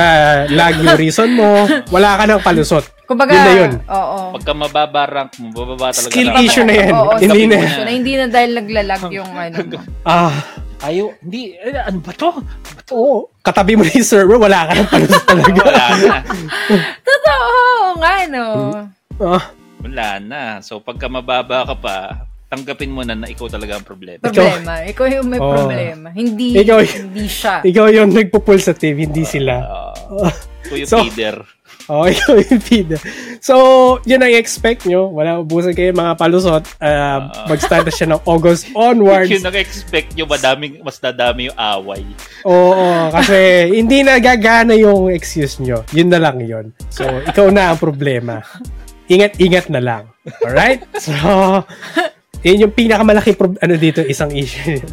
S1: lag yung reason mo. Wala ka ng palusot.
S2: Kumbaga,
S1: Yun na yun.
S2: Oo.
S3: Pagka mababa rank mo, bababa talaga
S1: Skill
S3: rank.
S1: issue na yan.
S2: Oo,
S1: Hindi
S2: skill
S1: na.
S2: issue na. Hindi na dahil naglalag yung ano mo.
S1: Ah,
S3: Ayaw, hindi, eh, ano ba to?
S1: oo. Katabi mo na yung server, wala ka ng palusot talaga.
S3: Wala na.
S2: Totoo nga, no?
S1: Ah,
S3: Wala na. So, pagka mababa ka pa, tanggapin mo na na ikaw talaga ang problema.
S2: Problema. Ikaw yung may
S1: Oo.
S2: problema. Hindi,
S1: Oh. Ikaw y-
S2: hindi siya.
S1: ikaw yung nagpo-pull sa team, hindi sila.
S3: Uh,
S1: Oh,
S3: ikaw yung
S1: So-
S3: feeder.
S1: oh, ikaw yung feed. So, yun ang expect nyo. Wala, ubusan kayo mga palusot. Ah, mag-start na siya ng August onwards.
S3: Yung nag-expect nyo, madaming, mas dadami yung away.
S1: Oo, kasi hindi na gagana yung excuse nyo. Yun na lang yun. So, ikaw na ang problema. Ingat-ingat na lang. Alright? So, yun yung pinakamalaki prob- ano dito, isang issue.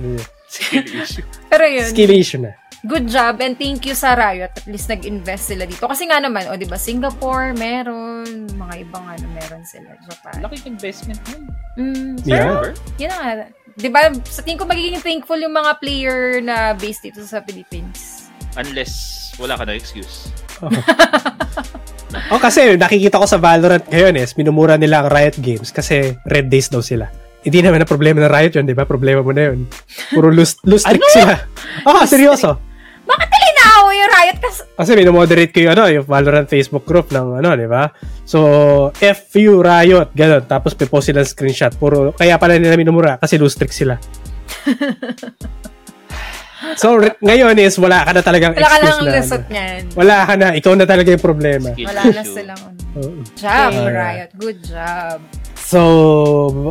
S3: Skill issue.
S2: Pero yun,
S1: Skill issue na.
S2: good job and thank you sa Riot. At least nag-invest sila dito. Kasi nga naman, o di ba Singapore, meron. Mga ibang ano, meron sila. Japan.
S3: Laking investment mo.
S2: Mm,
S1: Yeah.
S2: pero, yun na nga. Di ba, sa tingin ko magiging thankful yung mga player na based dito sa Philippines.
S3: Unless wala ka na excuse.
S1: Oh, kasi nakikita ko sa Valorant ngayon is minumura nila ang Riot Games kasi red days daw sila. Hindi naman na problema ng Riot yun, di ba? Problema mo na yun. Puro loose, loose
S2: Ano?
S1: trick sila. Ah, seryoso.
S2: Bakit nila inaawa yung Riot? Kasi,
S1: Kasi minomoderate ko yung, ano, yung Valorant Facebook group ng ano, di ba? So, FU Riot, ganun. Tapos pipost sila ng screenshot. Puro, kaya pala nila minumura kasi loose trick sila. so, re- ngayon is wala ka na talagang
S2: wala ka
S1: excuse
S2: lang
S1: na.
S2: lusot
S1: ano.
S2: niyan.
S1: Wala ka na. Ikaw na talaga yung problema. Oh.
S3: Skill
S2: Wala na
S3: issue.
S2: silang ano.
S1: Oo.
S2: Job,
S1: Okay.
S2: Riot. Good job.
S1: So,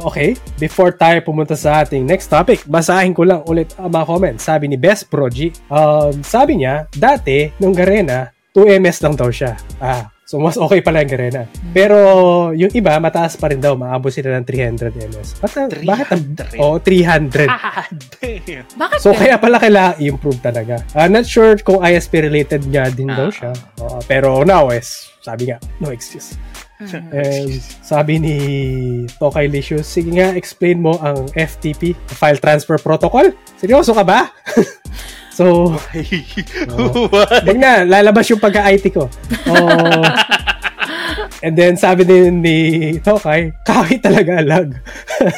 S1: okay. Before tayo pumunta sa ating next topic, basahin ko lang ulit ang mga comments. Sabi ni Best Proji, um, sabi niya, dati, nung Garena, 2MS lang daw siya. Ah, so mas okay pala yung Garena. Pero yung iba, mataas pa rin daw. Maabot sila ng 300 MS. But, uh, bakit? ang-
S3: 300?
S1: Oo, 300.
S3: Ah, damn.
S2: Bakit
S1: So,
S2: ganun?
S1: kaya pala kailangan i-improve talaga. Ah, not sure kung ISP-related nga din daw
S3: Ah.
S1: siya. Oo, pero now is, sabi nga, no excuse. And sabi ni Tokay Licious, sige nga, explain mo ang FTP, File Transfer Protocol? Seryoso ka ba? so, oh,
S5: What?
S1: wag na, lalabas yung pagka-IT ko. Oh, and then sabi din ni Tokay, kahoy talaga lag.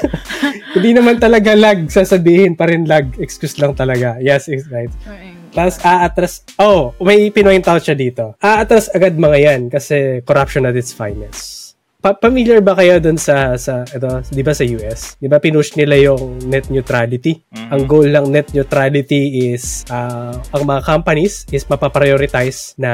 S1: Hindi naman talaga lag, sasabihin pa rin lag. Excuse lang talaga. Yes, it's right.
S2: Mm.
S1: Tapos aatras, oh, may pinoint out siya dito. Aatras agad mga yan kasi corruption at its finest. Pa- familiar ba kayo dun sa, sa ito, di ba sa US? Di ba pinush nila yung net neutrality? Ang goal ng net neutrality is, ah, ang mga companies is mapaprioritize na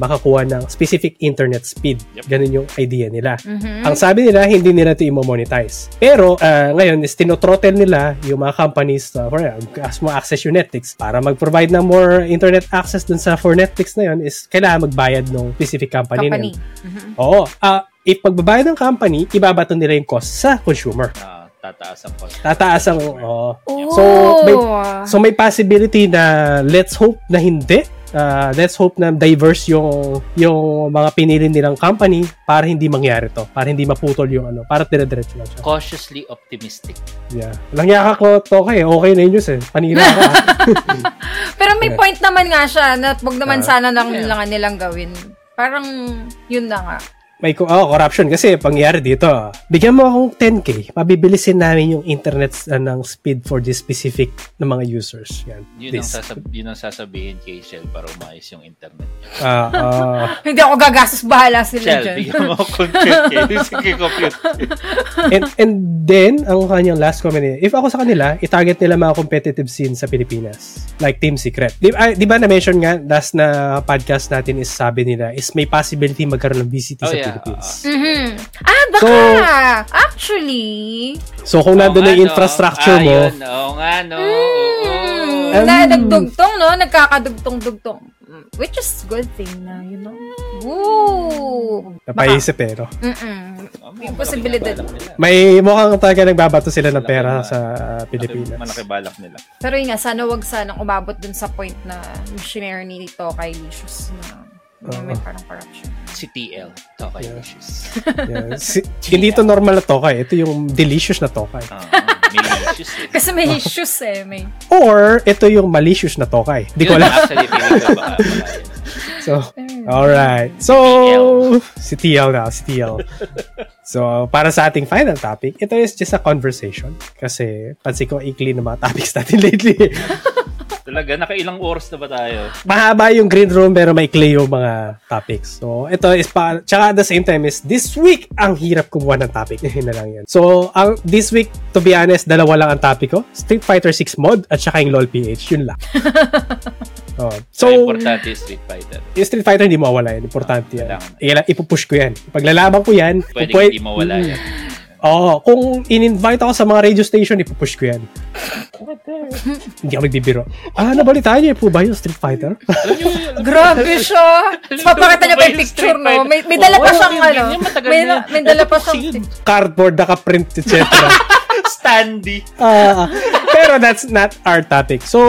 S1: makakuha ng specific internet speed.
S5: Yep.
S1: Ganun yung idea nila.
S2: Mhm.
S1: Ang sabi nila, hindi nila ito i-monetize. Pero, ah, ngayon, is tinotrottle nila yung mga companies na, for example, as mo access yung Netflix. Para mag-provide ng more internet access dun sa for Netflix na yun, is kailangan magbayad ng specific company. na
S2: Company.
S1: yun. Oo. Ah, if pagbabayad ng company, ibabato nila yung cost sa consumer.
S3: Ah, tataas ang cost.
S1: Tataas ang... oo.
S2: Oh.
S1: So, may, so, may possibility na let's hope na hindi. Ah, let's hope na diverse yung yung mga pinili nilang company para hindi mangyari to. Para hindi maputol yung ano. Para dire-diretso lang siya.
S3: Cautiously optimistic.
S1: Yeah. Walang yaka ko to kay okay na yun Diyos eh. Panira ka.
S2: Pero may point naman nga siya na wag naman
S1: Ah,
S2: sana lang
S3: yeah.
S2: lang nilang gawin. Parang yun na nga.
S1: May co- oh, corruption kasi pangyari dito. ah. Bigyan mo akong 10k, pabibilisin namin yung internet ah, ng speed for this specific ng mga users. Yan.
S3: Yun ang,
S1: This.
S3: sasab- yun ang sasabihin kay Shell para umayos yung internet niya.
S1: Ah, ah.
S2: Hindi ako gagastos, bahala sila
S3: Shell,
S2: dyan.
S3: bigyan mo ako
S5: Content kayo. Sige, compute.
S1: and, and then, ang kanyang last comment niya, if ako sa kanila, itarget nila mga competitive scene sa Pilipinas. Like Team Secret. Di, ay, di ba na-mention nga, last na podcast natin is sabi nila, is may possibility magkaroon ng VCT
S3: Oh,
S1: sa
S3: yeah.
S1: Philippines.
S2: Mhm. Ah, baka! actually,
S1: So kung
S3: Oo
S1: nandun
S3: nga,
S1: na yung
S3: no.
S1: infrastructure
S3: Ah,
S1: mo,
S3: yun. Oo nga, no. Oo.
S2: mm,
S1: Um,
S2: na nagdugtong, no? Nagkakadugtong-dugtong. Mm, Which is good thing na, you know? Woo!
S1: napaisip eh, no?
S2: Mm-mm.
S3: Oo,
S2: May
S3: malaki
S2: posibilidad.
S3: balak nila.
S1: May mukhang talaga nagbabato sila ng
S3: Malaki
S1: pera
S3: ba?
S1: sa uh,
S3: Malaki,
S1: Pilipinas.
S3: malaki balak nila.
S2: Pero yun nga, sana wag sanang umabot dun sa point na missionary ni Tokay Licious na na may
S1: Oo.
S2: parang corruption.
S3: Si TL. Tokay
S1: Yeah.
S3: Wishes.
S1: Yeah. Si- hindi ito normal na tokay. Ito yung delicious na tokay.
S3: Oo, may wishes Ah, eh.
S2: Kasi may issues eh, may.
S1: Or ito yung malicious na tokay. Hindi ko
S3: Yun,
S1: alam.
S3: Actually, feeling ko baka, baka yun.
S1: So, alright. So, si TL na, si TL. So, para sa ating final topic, ito is just a conversation. Kasi, pansin ko, ikli ng mga topics natin lately.
S5: Talaga, nakailang oras na ba tayo?
S1: Mahaba yung green room, pero maikli yung mga topics. So, ito is pa... Tsaka at the same time is, this week, ang hirap kumuha ng topic. Yun na lang yan. So, ang, this week, to be honest, dalawa lang ang topic ko. Street Fighter 6 mod at tsaka yung LOL PH. Yun lang. Oh. So,
S3: So, importante yung Street Fighter.
S1: yung Street Fighter hindi mawala yan. Importante yan.
S3: Kailangan.
S1: Ila, ipupush ko yan. Paglalaban ko yan.
S3: Pwede
S1: kung
S3: hindi mawala yan.
S1: Oo. Kung in-invite ako sa mga radio station, ipupush ko yan. hindi ako nagbibiro. Ah, nabalitaan niyo po ba yung Street Fighter?
S2: Grabe siya! Papakita niya pa yung
S5: Mobile
S2: picture,
S5: Ano Street
S2: no?
S5: Fighter.
S2: May, may dala pa
S5: Oo,
S2: siyang,
S5: yun,
S2: ano?
S5: yun, Ano matagal
S2: May,
S5: na.
S2: may dala pa
S5: Ito po
S2: siyang...
S5: yun.
S1: Cardboard, nakaprint, etc.
S5: Standy.
S1: Ah, ah. pero that's not our topic. So,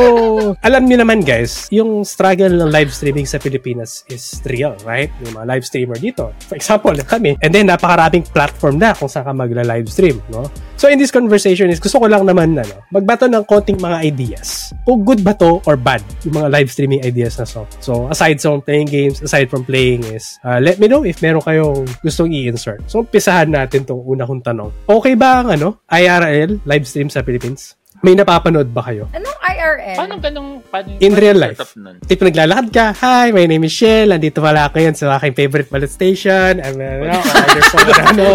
S1: alam niyo naman guys, yung struggle ng live streaming sa Pilipinas is real, right? Yung mga live streamer dito. For example, kami. And then, napakaraming platform na kung saan ka magla-live stream, no? So, in this conversation is, gusto ko lang naman, ano, magbato ng konting mga ideas. Kung good ba to or bad, yung mga live streaming ideas na so. So, aside from playing games, aside from playing is, uh, let me know if meron kayong gustong i-insert. So, umpisahan natin itong una kong tanong. Okay ba ang, ano, IRL, live stream sa Philippines? May napapanood ba kayo?
S2: Anong IRL?
S3: Paano ganong... Paano,
S1: In
S3: paano
S1: real
S3: yung
S1: life.
S3: setup nun?
S1: Tipo naglalakad ka, Hi, my name is Shell. Nandito pala ako ngayon sa aking favorite ballet station. I'm, uh, ano, I'm Sobrano.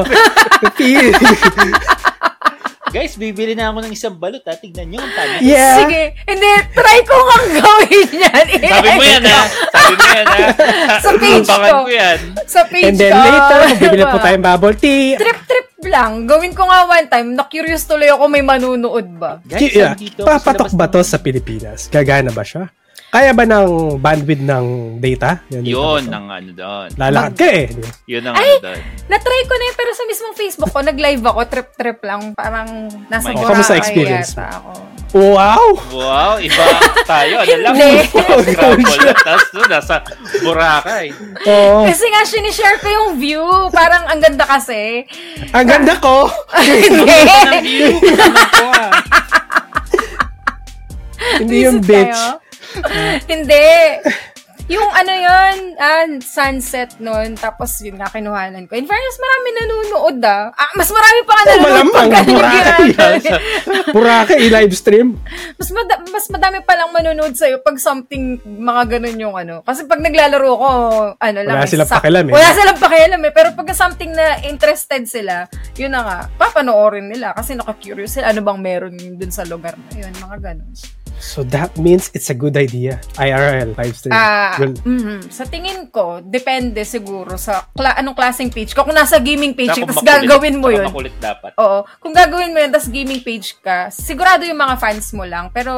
S3: Guys, bibili na ako ng isang balot ha. Tignan nyo ang tanong.
S1: yeah.
S2: Sige. Hindi, try ko kang gawin yan.
S5: Sabi mo yan, ha? Sabi mo yan, ha?
S2: Sa page
S5: Abangan
S2: ko.
S5: ko yan.
S2: Sa page
S1: And then
S2: ko. Diba?
S1: later, magbibili po tayong bubble tea.
S2: Trip-trip lang. Gawin ko nga one time. Na-curious tuloy ako may manunood ba.
S3: Guys,
S1: yeah.
S3: nandito ako sa
S1: Papatok
S3: labas
S1: ba
S3: ng-
S1: to sa Pilipinas? Gagana ba siya? Kaya ba ng bandwidth ng data? Yung data
S3: Yun
S1: ba to?
S3: ang ano doon.
S1: Lalakad ka eh.
S3: Yun ang
S2: Ay!
S3: ano doon.
S2: Na-try ko na yun, pero sa mismong Facebook ko, nag-live ako, trip-trip lang. Parang
S3: My-
S2: nasa Boracay
S1: Kamusta experience
S2: yata ako.
S1: Wow!
S3: Wow, iba tayo. Ano lang?
S2: Hindi.
S5: Travel. Tapos doon, nasa Boracay.
S1: Oo.
S2: Kasi nga, sinishare ko yung view. Parang ang ganda kasi.
S1: Ang ganda ko!
S2: Hindi.
S3: View. Ano ko ah.
S1: Hindi yung
S2: Visit
S1: bitch.
S2: kayo? Hindi. Yung ano yun, ah, sunset nun, tapos yun nga, kinuhanan ko. In fairness, marami nanonood ah. ah mas marami pa ka nanonood
S1: Oh, malamang,
S2: pagka
S1: marami
S2: nilagyan.
S1: Pura ka i-live eh, stream.
S2: mas, mada- mas madami palang manonood sa'yo pag something, mga ganun yung ano. Kasi pag naglalaro ko, ano lang.
S1: Wala
S2: eh,
S1: silang
S2: sak-
S1: pakialam, eh.
S2: Wala silang pakialam eh. Pero pagka something na interested sila, yun na nga, papanoorin nila. Kasi naka-curious sila, ano bang meron dun sa lugar na yun, mga ganun.
S1: So that means it's a good idea. IRL, live stream.
S2: Ah,
S1: Well,
S2: mhm. sa tingin ko, depende siguro sa kla- anong klaseng page ko. Kung nasa gaming page,
S5: Saka
S2: tapos
S5: makulit.
S2: gagawin mo
S5: Saka
S2: yun.
S5: makulit dapat.
S2: Oo. Kung gagawin mo yun, tapos gaming page ka, sigurado yung mga fans mo lang. Pero,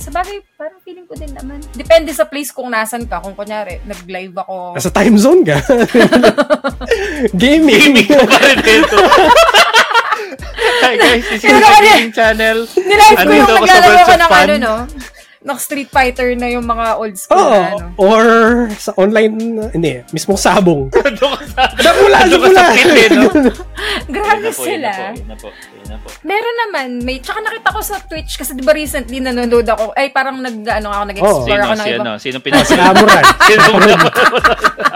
S2: sa bagay, parang feeling ko din naman. Depende sa place kung nasan ka. Kung kunyari, nag-live ako.
S1: Nasa time zone ka. Gaming.
S5: Parang dito. Hi guys, this is
S2: Pero
S5: the
S2: ano yan?
S5: Gaming Channel.
S2: Nilive ko
S5: Ano
S2: yung
S5: daw ako
S2: naglalaro
S5: sa Words
S2: ko
S5: of
S2: ng
S5: Fun?
S2: ano, no? Ng Street Fighter na yung mga old school
S1: Oo.
S2: na ano.
S1: Or sa online, hindi, mismong sabong.
S5: Ano ka sa...
S1: Nagmula,
S5: Ano ka
S1: nagmula.
S5: sa pit eh, no?
S2: Grabe
S5: Yun na po, yun na po,
S2: sila.
S5: yun na po, yun na po.
S2: Meron naman, may tsaka nakita ko sa Twitch kasi 'di ba recently nanonood ako ay parang nag ano ako nag-explore
S5: Sino,
S2: ako ng
S5: si
S2: iba.
S5: ano? Sino pinapanood?
S1: Samurai.
S5: Sino pinapanood?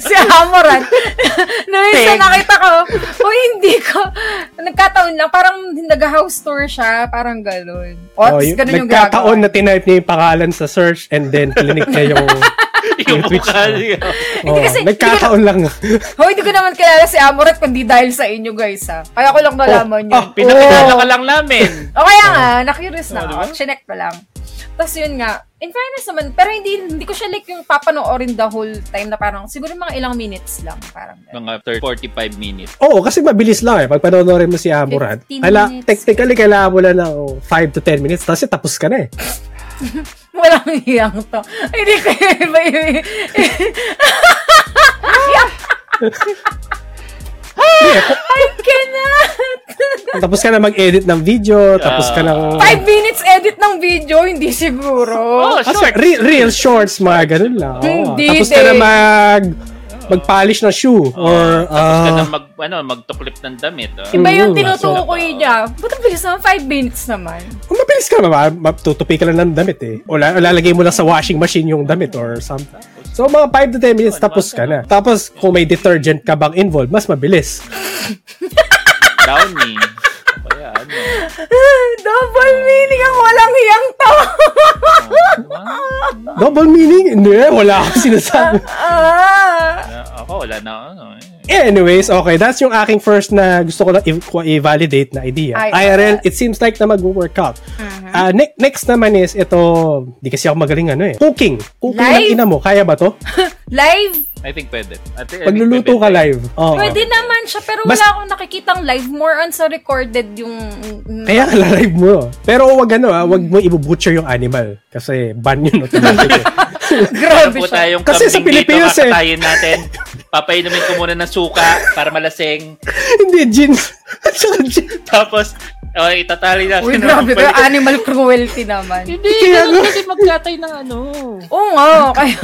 S2: si Amoran. Noong isa nakita ko, o hindi ko nagkataon lang parang nag-house tour siya, parang gano'n. O,
S1: Oh,
S2: tapos
S1: yun,
S2: ganun yung
S1: nagkataon
S2: gagawa.
S1: na tinype niya yung pangalan sa search and then clinic niya yung...
S5: Yung mukha
S1: Twitch.
S5: niya.
S1: Oh,
S2: Hindi kasi-
S1: nagkataon lang.
S2: Hoy, hindi ko naman kilala si Amoran kundi dahil sa inyo guys ha. Kaya ko lang nalaman yun.
S1: oh,
S5: Pinakilala ka lang namin.
S2: O kaya nga, na-curious na
S5: Oh,
S2: ako.
S5: diba?
S2: Chinek ko lang. Tapos yun nga, in fairness naman, pero hindi, hindi ko siya like yung papanoorin the whole time na parang siguro mga ilang minutes lang. Parang ganun.
S6: Mga 30, 45 minutes.
S1: Oo, kasi mabilis lang eh. Pag panoorin mo si Amuran,
S2: 15
S1: kaila,
S2: minutes.
S1: technically, kailangan mo lang ng 5 to 10 minutes. Tapos yun, tapos ka na eh.
S2: Walang hiyang to. Ay, Hindi ko iba yun. I cannot!
S1: Tapos ka na mag-edit ng video, tapos ka na...
S3: Ah.
S2: Five minutes edit ng video, hindi siguro.
S3: Oh,
S1: Ah,
S3: short.
S1: sorry, re- real shorts, mga ganun lang. Oo.
S2: Hindi,
S1: tapos ka na
S2: hindi.
S1: mag... Mag-polish ng shoe. Or,
S3: Tapos ka
S1: ah,
S3: na mag, ano, magtuklip ng damit. ah.
S2: Iba
S1: Mm,
S2: yung tinutukoy niya. Ba't ang bilis naman? Five minutes naman.
S1: Kung mabilis ka naman, matutupi ka lang ng damit eh. O, la- o lalagay mo lang sa washing machine yung damit or something. So, mga 5 to 10 minutes, tapos ka na. Tapos, kung may detergent ka bang involved, mas mabilis.
S3: Downy. O Kaya ano.
S2: Double meaning ang walang hiyang to.
S1: Double meaning? Hindi, wala akong sinasabi.
S2: ah.
S3: Na, ako, wala na ano eh.
S1: Anyways, okay, that's yung aking first na gusto ko lang i- ko i-validate na idea.
S2: Ay, Mm-hmm.
S1: IRL, it seems like na mag-work out. Ah, ne- next naman is, ito, di kasi ako magaling ano eh, cooking. Cooking ng
S2: Live?
S1: ina mo, kaya ba to?
S2: Live?
S3: I think pwede. I think- I think
S1: Pagluluto
S3: pwede.
S1: ka live. Oo.
S2: Pwede naman siya, pero
S1: Mas-
S2: wala akong nakikitang live. More on sa recorded yung...
S1: Kaya ka live mo. Pero wag ano ah, wag mo ibubutcher yung animal. Kasi ban yun. automatic eh.
S3: Ano
S2: Grabe
S3: po
S2: siya.
S3: tayong
S1: Kasi
S3: Kasi
S1: sa
S3: sa
S1: Pilipinas, eh.
S3: dito, kakatayin natin. Papainumin ko muna ng suka para malasing.
S1: Hindi, gin. Tsaka gin.
S3: Tapos, oh, itatali natin.
S2: Uy,
S3: ng
S2: grabe to.
S3: balik.
S2: Animal cruelty naman.
S6: Hindi,
S1: Kaya ganun nga.
S6: kasi magkatay ng ano.
S2: Oo nga, kayo.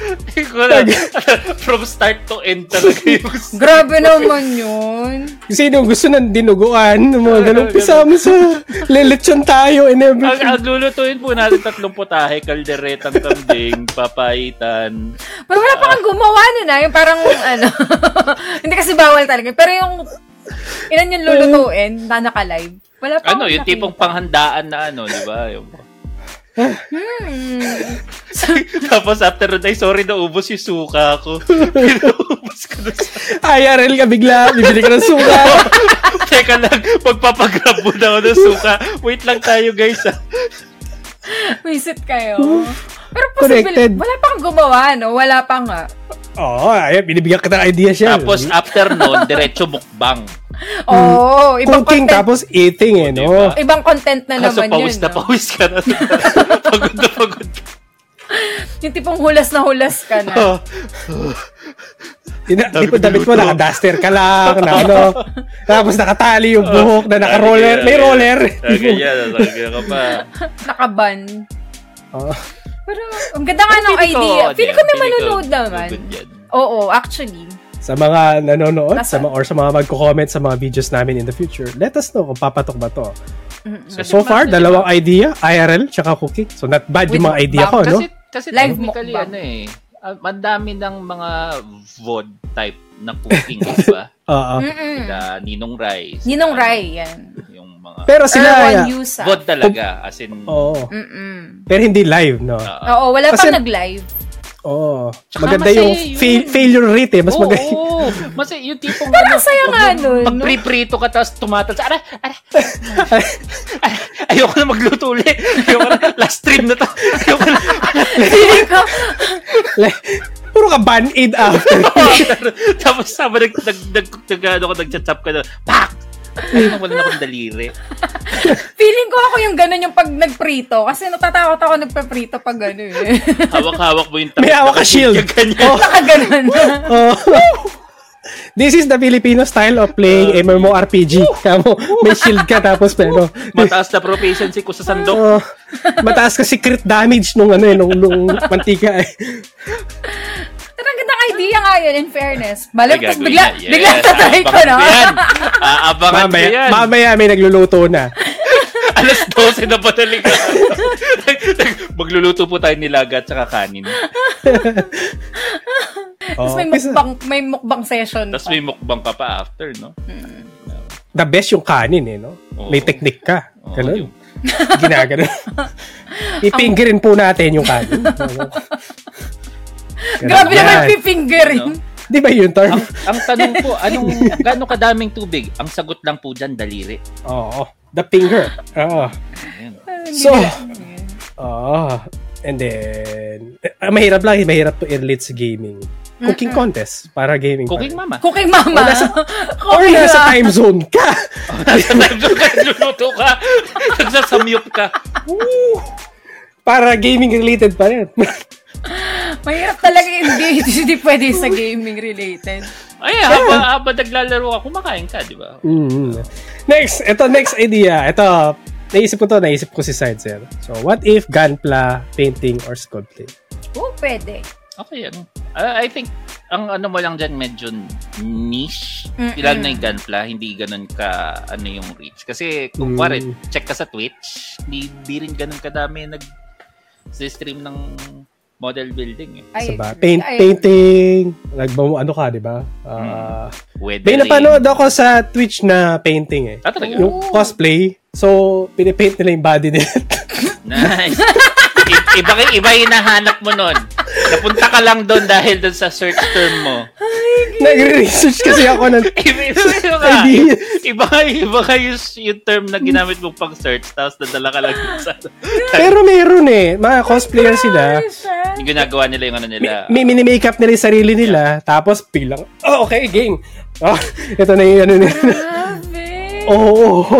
S3: Hindi ko alam. From start to end talaga yung
S2: Grabe naman yun.
S1: Sino gusto ng dinuguan? ng Mga ganun. Pisa mo sa lelechon tayo and
S3: ang,
S1: everything.
S3: ang lulutuin po natin tatlong putahe, kalderetang kambing, papaitan.
S2: Pero wala pa kang gumawa nun ah. Yung parang ano. Hindi kasi bawal talaga. Pero yung ilan yung lulutuin na naka-live. Wala pa
S3: Ano,
S2: akong
S3: yung tipong
S2: nakita.
S3: panghandaan na ano, di ba? Yung...
S2: Hmm.
S3: Tapos after nun, ay sorry, naubos yung suka ko. naubos ko na sa...
S1: IRL ka bigla. Bibili ka ng suka.
S3: Teka lang, magpapagrab muna ako ng suka. Wait lang tayo guys. ah.
S2: Visit kayo. Pero possible,
S1: Connected.
S2: wala pa kang gumawa, no? Wala pa nga.
S1: Oo, oh, ayun. Binibigyan ka ng idea siya.
S3: Tapos after nun, diretso mukbang.
S2: Oo, ibang
S1: cooking
S2: content.
S1: tapos eating eh, no?
S3: Diba?
S2: Ibang content na
S3: Kaso
S2: Ano
S3: pawis
S2: naman yun.
S3: na
S2: no?
S3: pawis ka na. pagod na pagod.
S2: Yung tipong hulas na hulas ka na.
S3: Oh,
S1: Ina, di ko damit mo, naka-duster ka lang, na ano. Tapos nakatali yung buhok na naka-roller. May roller.
S3: Okay, yan. Ganyan ka pa.
S2: Nakaban.
S1: Oo.
S2: Pero, ang ganda nga ng idea.
S3: ano
S2: Feeling ko may manunood naman. Oo, actually.
S1: sa mga nanonood
S2: Nasa-
S1: sa mga, or sa mga magko-comment sa mga videos namin in the future, let us know kung papatok ba to. So, so far, dalawang idea, IRL, tsaka cooking. So, not bad yung
S2: diba? With
S1: mga idea ko, no?
S3: Kasi, kasi
S2: Live
S3: technically,
S2: mukbang.
S3: ano eh, ah, madami ng mga VOD type na cooking, di ba?
S1: Oo.
S2: Mm-mm.
S3: Na Ninong Rice.
S2: Hmm. Ninong
S3: ano,
S2: Rai, yan.
S3: Yung mga
S1: Pero sila,
S2: Erwan
S1: yeah.
S2: Yusa.
S3: VOD talaga. As in,
S1: oo.
S2: ah. Mm-mm.
S1: Pero hindi live, no?
S3: ah,
S2: Oo, wala
S1: Kasi-
S2: pang nag-live.
S1: Oo.
S3: Tsaka
S1: Maganda
S3: masaya
S1: yung
S3: yun.
S1: fail- failure rate, eh. Mas
S3: Oo,
S1: maganda.
S3: oo. Mas yung tipong ano,
S2: Pero ang saya nga nun.
S3: Pag priprito ka tapos tumatal sa, ara, ara, ara, ara, ayoko na magluto ulit. Ayoko na, last stream na to. Ayoko na.
S2: Feeling ko,
S1: Like, Puro ka band-aid after.
S3: tapos sabi, nag, nag, nag, nag, ano ko, nag-chat-up ka na, pak! Ay, wala na akong daliri.
S2: feeling ko ako yung ganun yung pag nagprito. Kasi natatakot ako nagpaprito pag gano'n eh.
S3: Hawak-hawak mo yung
S1: May hawak ka shield.
S3: Yung ganyan.
S1: Oh.
S2: Baka ganun.
S1: Oh. This is the Filipino style of playing MMORPG. Kamo, may shield ka tapos pero
S3: Mataas na proficiency ko sa sandok.
S1: oh, mataas kasi crit damage nung ano eh, nung, nung mantika eh.
S2: Pero ang ganda ng idea nga yun, in fairness. Balik, tapos
S3: gagawin
S2: bigla,
S3: na. Yes,
S2: bigla tatry ko,
S3: aabangan
S2: no?
S3: ko yan. Aabangan ko
S1: Mamaya,
S3: yan.
S1: mamaya may nagluluto na.
S3: Alas 12 na pa talaga. Magluluto po tayo nilaga at saka kanin.
S2: Tapos
S1: Oh,
S2: may
S1: kasi
S2: mukbang, may mukbang session
S3: Tapos
S2: pa.
S3: may mukbang ka pa after, no?
S1: the best yung kanin eh, no?
S3: Oo.
S1: May technique ka.
S3: Oo,
S1: Ganun.
S3: yung-
S1: Ginagano. Ipingirin po natin yung kanin.
S2: Grabe
S1: Ganun
S2: naman
S1: yan.
S2: pipinggirin.
S3: Ano?
S1: Di ba yun, term?
S3: ang, ang tanong po, anong, gaano kadaming tubig? Ang sagot lang po dyan, daliri.
S1: Oo. The finger. Oo.
S3: Ayun.
S2: Ay, Hindi
S1: So,
S2: nila-
S1: Ah, and then, ah, mahirap lang, eh, mahirap to relate sa gaming. Cooking contest para gaming.
S3: Cooking
S1: pa.
S3: mama.
S2: Cooking mama.
S1: Or
S2: Cooking
S1: nasa
S2: mama.
S1: time zone ka!
S3: Nandun ka, niluluto ka. Nagsasamyup ka.
S1: Para gaming related pa rin.
S2: Mahirap talaga hindi, hindi pwede sa gaming related.
S3: Ay, habang, habang naglalaro ka, kumakain ka, di ba?
S1: Mm. Next, ito next idea. Ito, naisip ko to, naisip ko si Sidesel. So, what if gunpla, painting, or sculpting?
S3: Oh,
S2: Oo, pwede.
S3: Okay, ano. I, I think, ang ano mo lang dyan, medyo niche.
S2: Mm-mm.
S3: Lalo na yung gunpla, hindi ganun ka, ano yung reach. Kasi,
S1: Mm.
S3: kung pare, check ka sa Twitch, hindi, hindi rin ganun kadami nag stream ng model building eh.
S1: Sa
S2: Ay,
S1: ba? Paint,
S2: ay,
S1: painting, nagbamu, ano ka, di ba? Ah, May
S3: Weathering.
S1: napanood ako sa Twitch na painting eh.
S3: Ah, talaga?
S1: Yung cosplay. So, pinipaint nila yung body nila.
S3: Nice. I- iba, iba hinahanap mo nun. Napunta ka lang doon dahil doon sa search term mo.
S1: Nagre-research kasi ako ng
S3: Iba, iba, iba, ka.
S1: idea.
S3: iba, iba ka yung, yung term na ginamit mo pang search tapos nadala ka lang dun sa...
S1: Pero meron eh. Mga cosplayer sila.
S3: Yung ginagawa nila yung ano nila.
S1: May mini-makeup nila yung sarili nila. Tapos bilang, oh, okay, game. Oh, ito na yung ano nila.
S2: Grabe.
S1: Oo. Oh,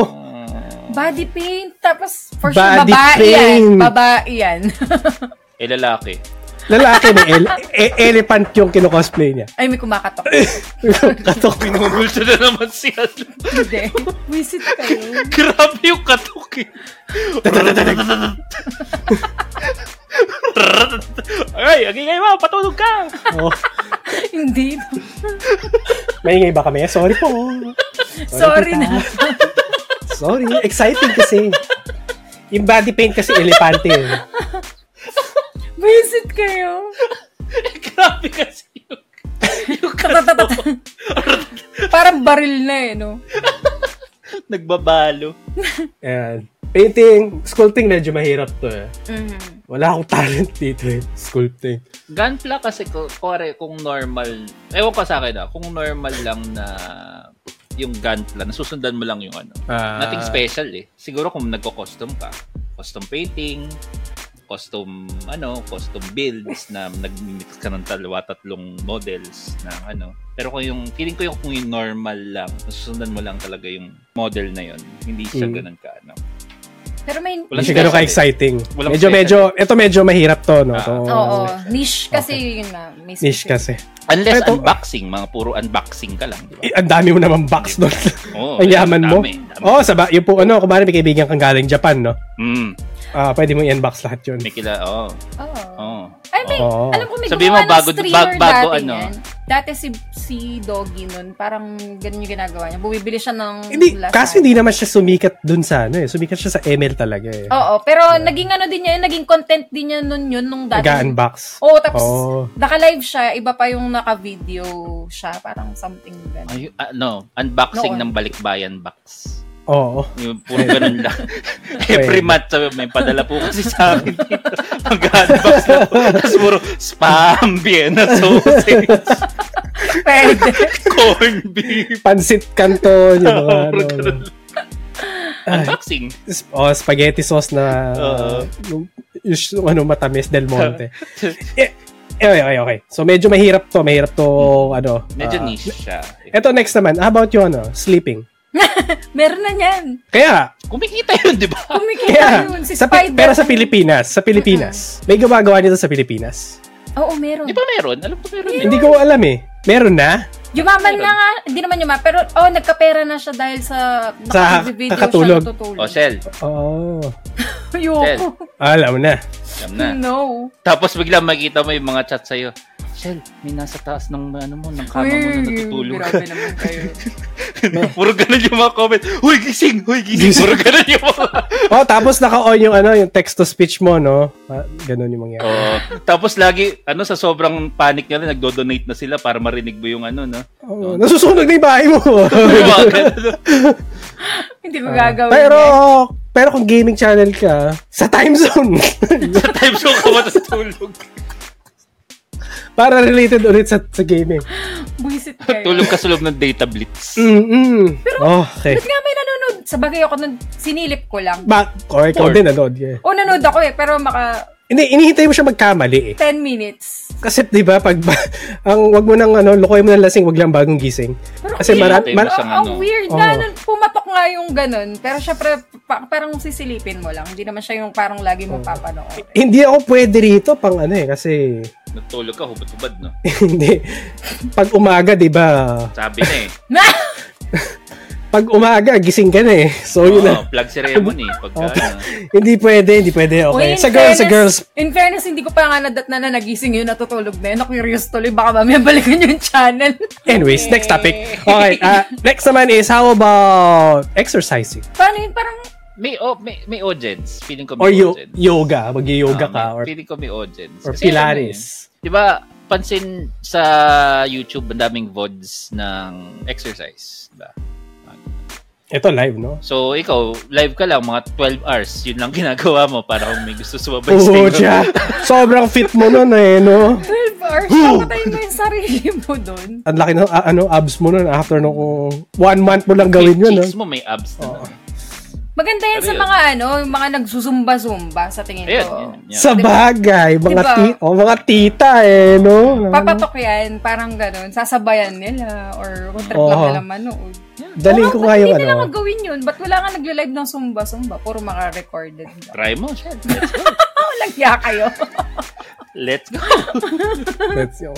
S2: Body paint. Tapos, for sure,
S1: Body
S2: babae yan.
S1: paint.
S2: Babae yan.
S3: Eh, lalaki.
S1: Lalaki na ele- e- elephant yung kinocosplay niya.
S2: Ay, may kumakatok.
S1: Katok.
S3: Pinumulto na naman siya.
S2: Hindi. Wisit kayo.
S3: Grabe yung eh. katuki. Ay, agay kayo ma, patulog ka.
S1: Oh,
S2: Hindi.
S1: maingay ba kami? Sorry po.
S2: Sorry
S1: tita.
S2: na.
S1: Sorry. Exciting kasi. Yung body paint kasi elepante. eh.
S2: Wisit kayo.
S3: Grabe kasi yung... yung
S2: Tatatatata. Parang baril na eh, no?
S3: Nagbabalo.
S1: Ayan. Painting, sculpting medyo mahirap to eh.
S3: Mm-hmm.
S2: Mhm.
S1: Wala akong talent dito eh. Sculpting.
S3: Gunpla kasi, ko- kore, kung normal, ewan ko sa akin ah, kung normal lang na yung gunpla, nasusundan mo lang yung ano.
S1: Ah.
S3: Nothing special eh. Siguro kung nagko-custom ka, custom painting, custom ano, custom builds na nag-mix ka ng dalawa tatlong models na ano. Pero kung yung feeling ko yung kung yung normal lang, nasusundan mo lang talaga yung model na yun. Hindi siya
S1: Mm.
S3: ganun ka ano.
S2: Pero may...
S1: Hindi siya ganun
S3: special eh.
S1: ka-exciting.
S3: Walang
S1: Medyo,
S3: special.
S1: medyo, ito medyo mahirap to, no?
S3: Ah.
S1: To,
S2: Oo. Niche kasi yun na. May
S1: Niche
S2: specific.
S1: kasi.
S3: Unless
S1: Pero-
S3: unboxing, mga puro unboxing ka lang, di ba?
S1: Eh, ang dami mo naman box doon.
S3: Oo,
S1: ang yaman mo.
S3: dami, dami.
S1: Oo, oh, saba, yung po, ano, kumari may kaibigan kang galing Japan, no?
S3: Mm,
S1: Ah, pwede mo i-unbox lahat yun.
S3: may kila, oh, oo.
S2: Oo.
S3: oo.
S2: Ay, may,
S1: Oo.
S2: alam ko may
S3: Sabi
S2: gumawa
S3: mo, bago-
S2: ng streamer
S3: bag- bago
S2: dati
S3: ano?
S2: yan. Dati si, si Doggy nun, parang ganun yung ginagawa niya. Bumibili siya ng
S1: Hindi,
S2: lasan.
S1: kaso hindi naman siya sumikat dun sa ano eh. Sumikat siya sa ML talaga eh.
S2: Oo, pero naging ano din niya, yun, naging content din niya nun yun nung dati.
S1: Nag-unbox. Oh.
S2: Oo, tapos
S1: Oo.
S2: naka-live siya, iba pa yung naka-video siya, parang something ganun.
S3: Ay, ah, no, unboxing ng
S2: Noon.
S3: balikbayan box.
S1: Oo.
S3: Yung puro ganun lang. Every
S1: Pwede.
S3: month, sabi, may padala po kasi sa amin dito. Mag-unbox na po. Tapos puro spam, Vienna sausage,
S2: Pwede.
S3: corn beef.
S1: Pansit canton, yung mga
S3: Oo,
S1: ano.
S3: ganun. Unboxing.
S1: Sp- oh, spaghetti sauce na
S3: Oo.
S1: yung, yung ano matamis Del Monte. eh, eh, okay, okay, okay. So medyo mahirap to, mahirap to ano.
S3: Medyo
S1: ah,
S3: niche siya. eh.
S1: Eto next naman, how about yung ano, sleeping?
S2: Meron na yan.
S1: Kaya,
S3: Kumikita yun, di ba?
S2: Kumikita
S1: kaya,
S2: yun, si
S1: sa, Pi-
S2: Spider.
S1: pero sa Pilipinas, sa Pilipinas. May gumagawa nito sa Pilipinas.
S2: Oo, meron.
S3: Di ba meron? Alam ko meron. eh.
S1: Hindi ko alam eh. Meron na?
S2: Yumaman
S3: Meron.
S2: na nga, hindi naman yumaman, pero oh, nagkapera na siya dahil sa
S1: Sa
S2: naka-video
S1: kakatulog.
S2: siya natutulog.
S3: O, Oh, Shell.
S1: Oo.
S2: Ayoko.
S1: Alam na.
S3: Alam na.
S2: No.
S3: Tapos biglang makita mo yung mga chat sa'yo. Shell, may nasa taas ng ano mo, ng kama mo na natutulog.
S2: Grabe naman kayo.
S3: Puro ganun yung mga comment. Huy, gising! Huy, gising! Puro ganun yung mga...
S1: Oh, tapos naka-on yung ano, yung text to speech mo, no? Ah, ganun yung mangyari.
S3: Oo. Tapos lagi, ano, sa sobrang panic nila, nagdo-donate na sila para marinig mo yung ano, no?
S1: Oh, nasusunog na yung bahay mo.
S3: Yung mga ganun.
S2: Hindi ko gagawin.
S1: Pero, pero kung gaming channel ka, sa time zone.
S3: sa time zone ka matutulog.
S1: Para related ulit sa, sa gaming.
S2: Buisit kayo.
S3: Tulog ka sa loob ng data blitz.
S1: Mm-mm. okay.
S2: Ba't nga may nanonood Sabagay ako nun, sinilip ko lang.
S1: Ba, or ikaw
S5: Or-
S1: din, ano? Yeah.
S2: O, nanood ako eh, pero maka
S1: Hindi, inihintay mo siya magkamali eh.
S2: 10 minutes.
S1: Kasi 'di ba pag ang wag mo nang ano, lokoy mo nang lasing, wag lang bagong gising.
S2: Pero
S1: Kasi
S2: weird,
S1: marat-
S5: Inihintay
S1: mar-
S5: mo
S2: ang,
S5: sa-
S2: Ah, ang
S5: ano.
S2: weird na,
S1: Oo.
S2: nun, pumatok nga yung ganun. Pero syempre, pa- parang sisilipin mo lang. Hindi naman siya yung parang lagi
S1: Oo.
S2: mo papanood.
S1: hindi ako pwede rito pang ano eh kasi
S5: Natulog ka, hubad-hubad, no?
S1: hindi pag umaga 'di ba?
S5: Sabi na eh.
S2: Na!
S1: Pag umaga gising ka na eh. So yun na.
S5: Oh, plug ceremony. Pagka,
S1: Okay.
S5: ano,
S1: Hindi pwede, hindi pwede. Okay.
S2: Uy, in
S1: sa girls, sa
S2: fairness-
S1: girls.
S2: In fairness, hindi ko pa nga nadat na na nagising yun, natutulog na yun. Na-curious tuloy, baka mamaya balikan yung channel.
S1: Anyways, next topic. Okay, ah, next naman is how about exercising
S2: Paano yun? Parang,
S5: may, oh, may, may audience. Feeling ko may
S1: or yo-
S5: audience.
S1: yoga, mag-yoga ka
S5: Ah,
S3: Um,
S5: may-
S1: or
S5: Feeling ko may audience.
S1: or
S5: Kasi
S1: pilates.
S5: ano eh, Di ba, pansin sa YouTube, ang daming VODs ng exercise. Diba?
S1: Ito live, no?
S5: So, ikaw, live ka lang, mga 12 hours. Yun lang ginagawa mo para kung may gusto sumabay
S1: Oo,
S5: sa'yo.
S1: siya. Sobrang fit mo nun eh, no?
S2: 12 hours, papatayin mo yung sarili mo dun.
S1: Ang laki ng ah, ano, abs mo nun after nung one month mo lang gawin yun, no?
S5: Cheeks mo may abs na.
S1: Oo.
S5: lang.
S2: Maganda yan
S5: Pero
S2: sa
S5: yun.
S2: mga ano, yung mga nagsusumba-zumba sa tingin
S5: Ayun,
S2: ko.
S5: yun, yun.
S1: Sa bagay, mga,
S2: Diba?
S1: ti- oh, mga tita eh, no?
S2: Papatok yan, parang ganun. Sasabayan nila or kung trip lang
S1: Oo.
S2: nila manood.
S1: Daling ko
S2: Oo,
S1: nga
S2: ba't
S1: yung
S2: Hindi nila
S1: ano.
S2: gawin yun. Ba't wala nga nagla-live ng Zumba-Zumba? Puro mga recorded lang.
S5: Try mo, shit.
S2: Lagya kayo.
S5: Let's go.
S1: Let's go.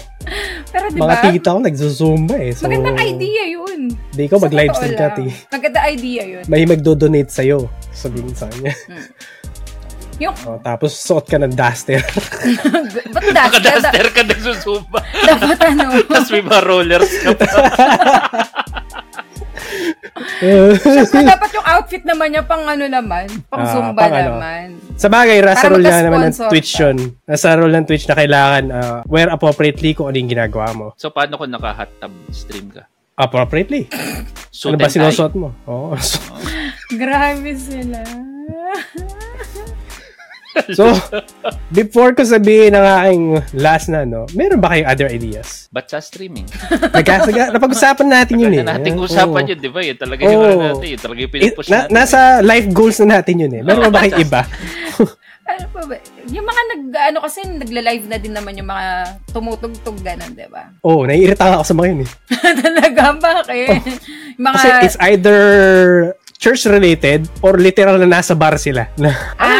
S2: Pero di
S1: Mga
S2: ba?
S1: tita ko nagsusumba eh. So,
S2: Magandang idea yun.
S1: Di ko
S2: Sa
S1: mag-live eh.
S2: totoo
S1: stream ka,
S2: lang.
S1: ti.
S2: Magandang idea yun.
S1: May magdo-donate sa'yo. Sabihin sa kanya.
S2: Mm. Yung,
S1: O, tapos suot ka ng duster.
S2: ba't dash?
S5: Kadaster ka nagsusumba.
S2: Dapat ano.
S5: Tapos may mga rollers ka pa.
S2: Siyempre, dapat yung outfit naman niya pang ano naman. Pang
S1: Ah,
S2: Zumba
S1: pang ano.
S2: naman.
S1: sa bagay, nasa
S2: Para
S1: role na naman ng
S2: magka-sponsor
S1: Twitch
S2: ka.
S1: yun. Nasa role ng Twitch na kailangan ah, wear appropriately kung ano yung ginagawa mo.
S5: So, paano kung naka-hot-tub stream ka?
S1: Appropriately? ano
S5: Suit
S1: ba
S5: and tie.
S1: sinusuot mo? Oo. So,
S2: Grabe sila.
S1: so, before ko sabihin ang aking last na, no, meron ba kayong other ideas?
S5: Ba't sa streaming?
S1: Nagkasaga, napag-usapan natin yun eh.
S5: Kaya natin usapan
S1: Oo.
S5: yun, di ba? Yun talaga yung ano
S1: Oo.
S5: natin. Yun talaga yung
S1: Eh,
S5: pinupush
S1: na-
S5: natin.
S1: nasa life goals na natin yun eh. Meron ba kayong iba?
S2: Ano pa ba? Yung mga nag, ano kasi, nagla-live na din naman yung mga tumutugtog ganun, di ba?
S1: Oo, oh, naiirita nga ako sa mga yun eh.
S2: Talaga, bakit? Yung mga,
S1: Kasi it's either church related or literal na nasa bar sila. Na,
S2: ah,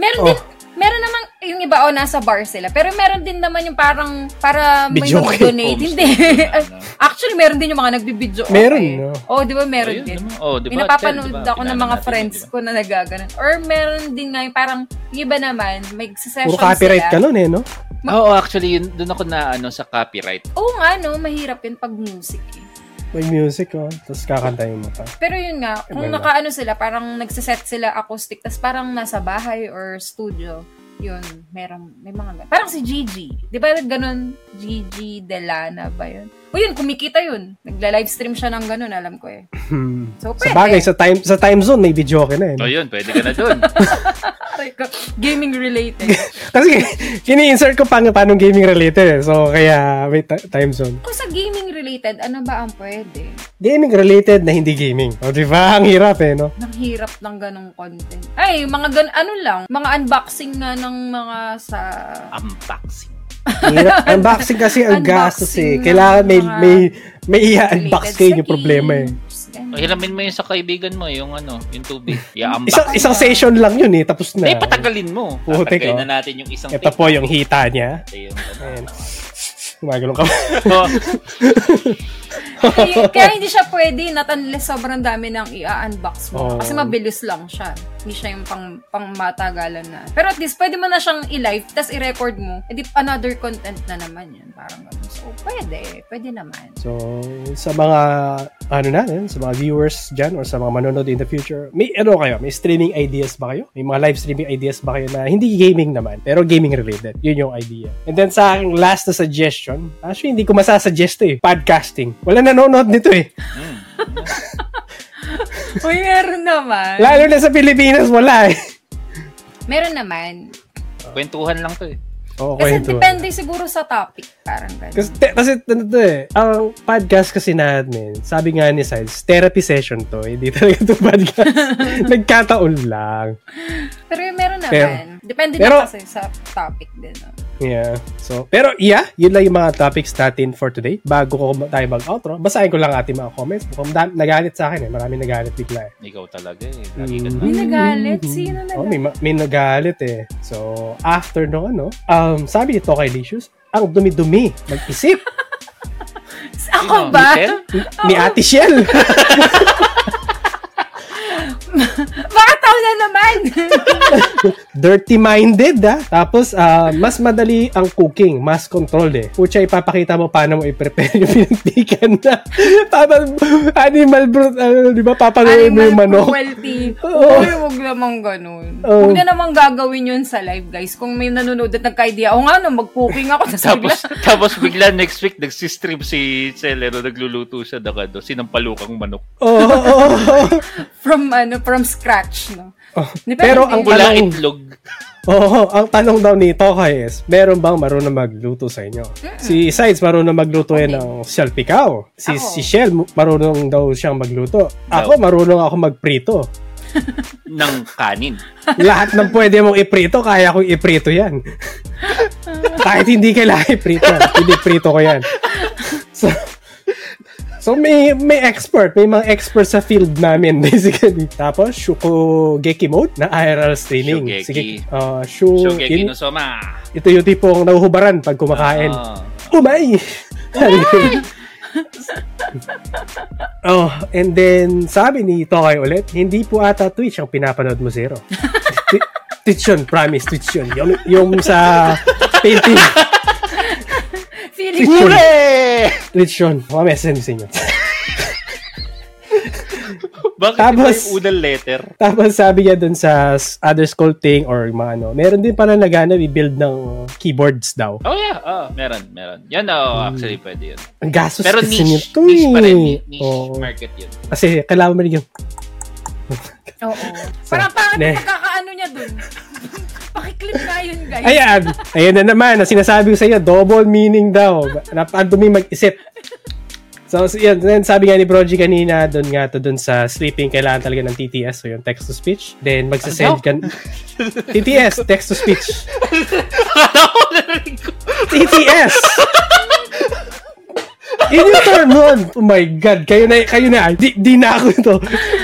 S2: meron
S1: Oh.
S2: din, meron naman, yung iba, oh, nasa bar sila. Pero meron din naman yung parang, para may
S1: Video
S2: mag-donate.
S5: game.
S2: Hindi. Actually, meron din yung mga nagbibidyo. okay.
S1: Meron, no?
S2: Oh, di ba, meron
S5: Ayun,
S2: din.
S5: naman. Oh, di ba?
S2: May napapanood
S5: Tel, di ba?
S2: ako ng mga
S5: Pinaanan natin, diba?
S2: friends
S5: di ba?
S2: ko na nagaganon. Or meron din nga yung parang, yung iba naman, may session
S1: puro copyright
S2: sila.
S1: ka nun eh, no?
S5: Ma- Oo, actually, yun, doon ako na ano sa copyright.
S2: Oo nga, no? Mahirap yun pag music eh.
S1: May music, oh. Tapos kakantayin mo pa.
S2: Pero yun nga, kung
S1: wala.
S2: nakaano sila, parang nagsiset sila acoustic, tas parang nasa bahay or studio, yun, merong, may mga, parang si Gigi. Di ba ganun, Gigi Delana ba yun? O yun, kumikita yun. Nagla-livestream siya ng ganun, alam ko eh.
S1: Hmm. Sa
S2: So, pwede.
S1: bagay, sa time, sa time zone, may video ka na eh. no?
S5: So, yun, pwede ka na doon.
S2: Aray ko, Gaming related.
S1: Kasi kini-insert ko pa nga paano gaming related eh. So, kaya may ti- time zone.
S2: Kung sa gaming related, ano ba ang pwede?
S1: Gaming related na hindi gaming. O, di ba? Ang hirap eh, no?
S2: Ang hirap ng ganong content. Ay, mga gan ano lang, mga unboxing nga ng mga sa...
S5: Unboxing.
S1: Ang hirap. unboxing kasi ang gastos eh.
S2: Unboxing ng
S1: Kailangan may,
S2: mga
S1: may, may i-unbox
S2: related
S1: kayo
S2: sa
S1: yung problema eh.
S2: games, ganun.
S3: Oh,
S5: O, Hilamin mo yun sa kaibigan mo, yung ano, yung tubig. I-unbox.
S1: Isang, isang session lang yun eh. Tapos na.
S5: Eh, patagalin mo.
S1: Putik, oh.
S5: Tatagayin na natin yung isang
S1: Ito po yung hita niya.
S5: Ito yung-
S1: Ayan. Gumagalong ka.
S2: kaya, kaya hindi siya pwede not unless sobrang dami ng i-unbox mo.
S1: Oo.
S2: Kasi mabilis lang siya. Hindi siya yung pang, pang matagalan na. Pero at least, pwede mo na siyang i-live, tapos i-record mo. E di, another content na naman yun. Parang ganun. So, pwede. Pwede naman.
S1: So, sa mga ano natin, sa mga viewers dyan or sa mga manonood in the future, may ano kayo? May streaming ideas ba kayo? May mga live streaming ideas ba kayo na hindi gaming naman, pero gaming related? Yun yung idea. And then sa aking last na suggestion, actually hindi ko masasuggest to eh, podcasting. Wala nanonood nito eh.
S2: Uy, meron naman.
S1: Lalo na sa Pilipinas, wala eh.
S2: Meron naman.
S5: Kwentuhan lang to eh.
S1: Oo,
S2: Kasi
S1: kwentuhan.
S2: depende siguro sa topic. Parang ganun.
S1: Kasi, te- kasi ano to eh, ang podcast kasi natin, sabi nga ni Sides, therapy session to. Hindi talaga to podcast. Nagkataon lang.
S2: Pero yung meron naman.
S1: Pero-
S2: depende
S1: pero-
S2: na kasi sa topic din. No?
S1: Yeah. So, pero yeah, yun lang yung mga topics natin for today. Bago ko ma- tayo mag-outro, basahin ko lang ating mga comments. Mukhang dami, nagalit sa akin eh. Marami nagalit bigla eh.
S3: Ikaw talaga eh. Lagi ka
S1: Mm.
S3: na.
S2: May nagalit? Sino
S1: Oh,
S2: nagalit?
S1: may, ma- may nagalit eh. So, after nung ano, um, sabi ni Tokay Licious, ang dumi-dumi, mag-isip Oh.
S2: Ako
S3: Sino?
S2: ba?
S3: Michelle?
S1: ni Ate Shell.
S2: Bakit ako na naman?
S1: Dirty-minded ah. Tapos, ah, mas madali ang cooking, mas controlled eh. Pucha, ipapakita mo paano mo i-prepare yung pinagtikan na. Papa- animal bro, ano, di ba? Papanoyin mo
S2: Animal
S1: yung manok.
S2: cruelty.
S1: Oo.
S2: Uy, huwag naman ganun.
S1: Oo.
S2: Huwag na naman gagawin yun sa live, guys. Kung may nanonood at nagka-idea, o nga, no, mag-cooking ako. Tapos bigla,
S3: tapos, tapos bigla next week nagsistream si Celero, nagluluto siya na ano, sinampalukang manok.
S1: Oo, oo, oo.
S2: from, ano, from scratch, no?
S1: Oh,
S2: Di ba,
S1: Pero ang
S2: hindi?
S3: Pula
S2: eh.
S1: tanong,
S3: itlog.
S1: oo, ang tanong daw ni Tokay is, meron bang marunong magluto sa inyo? Si Sides marunong magluto yan ng shell picao. Si,
S2: Ako.
S1: si Shell marunong daw siyang magluto. Ako marunong ako magprito.
S3: ng kanin.
S1: Lahat ng pwede mong iprito, kaya kong iprito yan. Kahit hindi kailangan iprito, piniprito ko yan. So, so may, may expert, may mga expert sa field namin basically. Tapos, Shukugeki mode na IRL streaming.
S3: Shugeki.
S1: uh, shu,
S3: So, kaya
S1: yun-
S3: kinusoma.
S1: ito yung tipong nahuhubaran pag kumakain.
S3: Ah.
S1: Umay! oh, and then, sabi ni Tokay ulit, hindi po ata Twitch ang pinapanood mo, Zero. Twi- Twitch yun, promise, Twitch yun. Yung, yung sa painting,
S2: Feeling
S1: Sure.
S2: ko,
S3: eh!
S1: Twitch yun. Mga message sa inyo.
S3: Bakit
S1: Tapos-
S3: Tapos, yung unang letter?
S1: Tapos sabi niya dun sa s- other school thing or mga ano, meron din pala nagana i-build ng keyboards daw.
S3: Oh yeah, oh, meron, meron. Yan oh, actually pwede yun.
S1: Ang gastos
S3: Pero
S1: kasi
S3: niche,
S1: nito
S3: niche
S1: eh.
S3: pa rin, ni- niche
S1: Oo.
S3: market yun.
S1: Kasi kailangan mo rin yung
S2: Oo. Parang pangit
S1: Ne.
S2: yung pagkakaano niya dun. Pakiklip na yun, guys.
S1: Ayan. Ayan na naman. Ang sinasabi ko sa iyo, double meaning daw. Napakadumi mag-isip. So, so yun. Then, sabi nga ni Broji kanina, doon nga to doon sa sleeping, kailangan talaga ng TTS, so yung text-to-speech. Then, magsasend ka... TTS, text-to-speech. TTS! Yun yung term nun. Oh my God. Kayo na, kayo na. Di, di na ako to.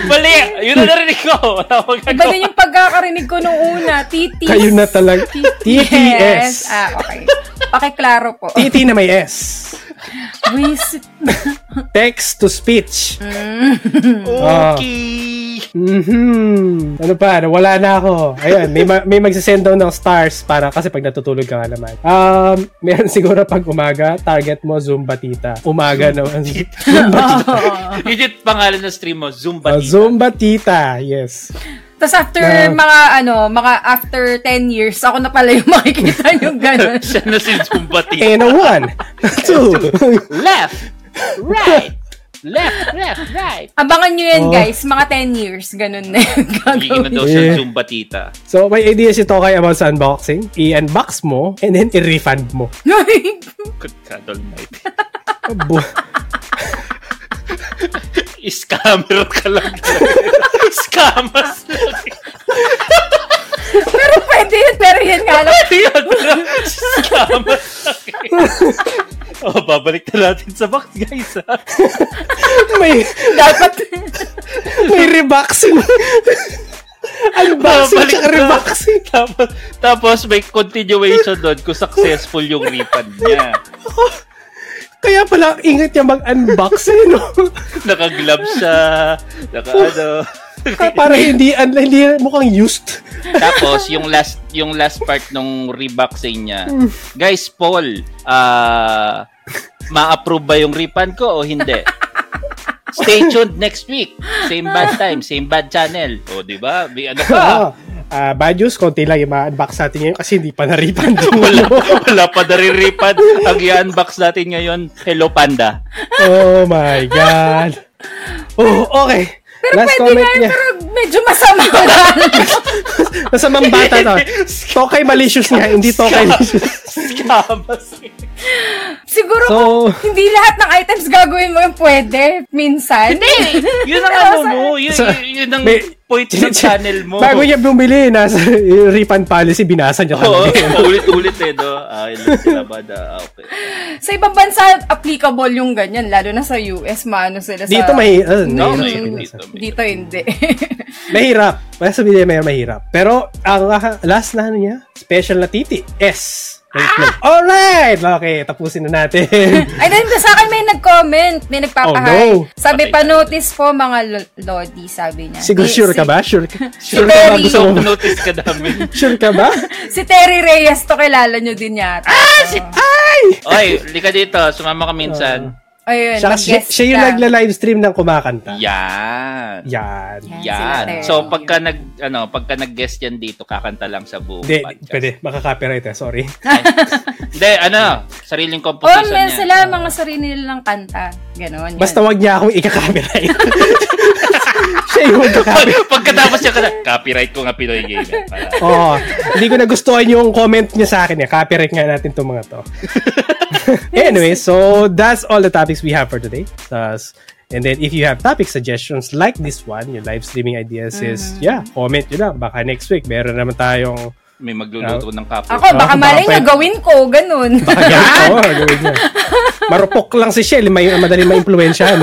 S3: Mali! Yun ang narinig ko! Wala akong
S2: Iba
S3: gagawa.
S2: din yung pagkakarinig ko nung una. Titis.
S1: Kayo na talaga.
S2: Yes.
S1: TTS.
S2: Ah, okay. Pakiklaro po.
S1: TT na may S.
S2: Wisit.
S1: Text-to-speech.
S3: Okay!
S1: Mhm. Ano pa? Wala na ako. Ayun, may, ma- may magsasend daw ng stars para kasi pag natutulog ka nga naman. Um, meron siguro pag umaga, target mo Zumba Tita. Umaga naman. Zumba Tita.
S3: Ah. Yun yung pangalan ng stream mo, Zumba
S1: Oh,
S3: Tita.
S1: Zumba Tita. Yes.
S2: Tapos after
S1: Na-
S2: mga ano, mga after 10 years, ako na pala yung makikita yung ganun.
S3: Siya na si Zumba Tita.
S1: And a one. Two.
S3: Left! Right! Left, left, right!
S2: Abangan nyo yan,
S1: Oh.
S2: guys. Mga 10 years, ganun na yung
S3: Magiging na
S2: gagawin.
S3: daw siya
S1: Yeah.
S3: Zumba Tita.
S1: so, may idea si Tokay about sa unboxing. I-unbox mo and then i-refund mo.
S3: Good God almighty.
S1: Bu-
S3: Scammer ka lang. Scammers lang.
S2: pero pwede yun, pero yan nga lang.
S3: Yan lang. Scammers lang. Oh, babalik na natin sa box, guys. Ha?
S1: may, dapat, may reboxing. unboxing
S3: Babalik
S1: tsaka
S3: na.
S1: reboxing.
S3: Tapos, tapos may continuation doon kung successful yung refund niya.
S1: Kaya pala, ang ingat niya mag-unbox eh, no?
S3: Naka-glove siya. Naka ano.
S1: Para hindi, un- hindi mukhang used.
S3: Tapos, yung last yung last part nung reboxing niya. Guys, Paul, ah ma-approve ba yung refund ko o hindi? Stay tuned next week. Same bad time, same bad channel. O, di ba? May ano ka?
S1: Ah, ah, bad news, konti lang yung ma-unbox natin ngayon kasi hindi pa na-refund.
S3: Wala, wala pa nariripad. Ang i-unbox natin ngayon, Hello Panda.
S1: oh my God. Oh, okay.
S2: Pero
S1: Last
S2: pwede
S1: comment
S2: nga yun,
S1: niya.
S2: pero medyo masama nga.
S1: Masamang bata to. Tokay malicious nga, hindi tokay malicious.
S3: Kamas.
S2: Siguro
S1: So,
S2: hindi lahat ng items gagawin mo yung pwede. Minsan. Hindi.
S3: Yun ang ano mo. Yun,
S1: Sa-
S3: yun, yun ang
S1: may-
S3: point ng channel mo.
S1: bago niya bumili, nasa yung refund policy, binasa niya
S3: Oo,
S1: talaga.
S3: ulit-ulit eh, no? Ah, ilan sila ba na? Ah, okay.
S2: sa ibang bansa, applicable yung ganyan. Lalo na sa US, maano sila sa...
S1: Dito may, uh,
S3: No,
S1: nahirap
S3: may-
S1: sa Pinas.
S3: dito, may-
S2: Dito hindi.
S1: Mahirap. Mas sabihin niya may mahirap. Pero, ang ah, last na ano niya, special na titi, S. Right now. Alright! Okay, tapusin na natin.
S2: Ay, dahil sa akin may nag-comment. May nagpapahay.
S1: Oh, no.
S2: Sabi, pa-notice po mga lo- lodi, sabi niya.
S1: Siguro
S2: Eh,
S1: sure
S2: si-
S1: ka ba? Sure, ka- sure ka
S2: Terry.
S1: ba? Gusto mo?
S3: Notice ka namin.
S1: Sure ka ba?
S2: Si Terry Reyes to kilala nyo din yata. Ah, si...
S3: Oy, lika dito. Sumama ka minsan.
S1: Siya,
S2: Ayun,
S1: siya,
S2: mag-guest
S1: siya yung
S2: ka.
S1: nagla-livestream ng kumakanta. Ah.
S3: Yan.
S1: Yan.
S2: Yan,
S3: Yan.
S2: sila,
S3: So
S2: Terry.
S3: pagka nag ano, pagka nag-guest yan dito, kakanta lang sa buong
S1: Hindi,
S3: podcast.
S1: pwede. Makaka-copyright eh. Sorry.
S3: Hindi, ano, sariling
S2: Oh,
S3: composition
S2: meron
S3: niya.
S2: sila mga sarili nilang kanta. Ganon. yun.
S1: Basta wag niya akong ika-copyright. siya yung magka-copyright.
S3: Pagkatapos niya ka copyright ko nga Pinoy Gamer. Para.
S1: Oo. Hindi ko nagustuhan yung comment niya sa akin. Eh. Copyright nga natin itong mga to. anyway, so that's all the topics we have for today. Uh, and then if you have topic suggestions like this one, your live streaming ideas is, yeah, comment yun lang. Baka next week, meron naman tayong
S3: May magluluto ng kapo.
S2: Ako,
S1: Baka
S2: baka malay
S1: pwede.
S2: nyo, gawin ko. Ganon.
S1: Ayan! Oo, gawin niya. Marupok lang si Shell. May, madali ma-influensyahan.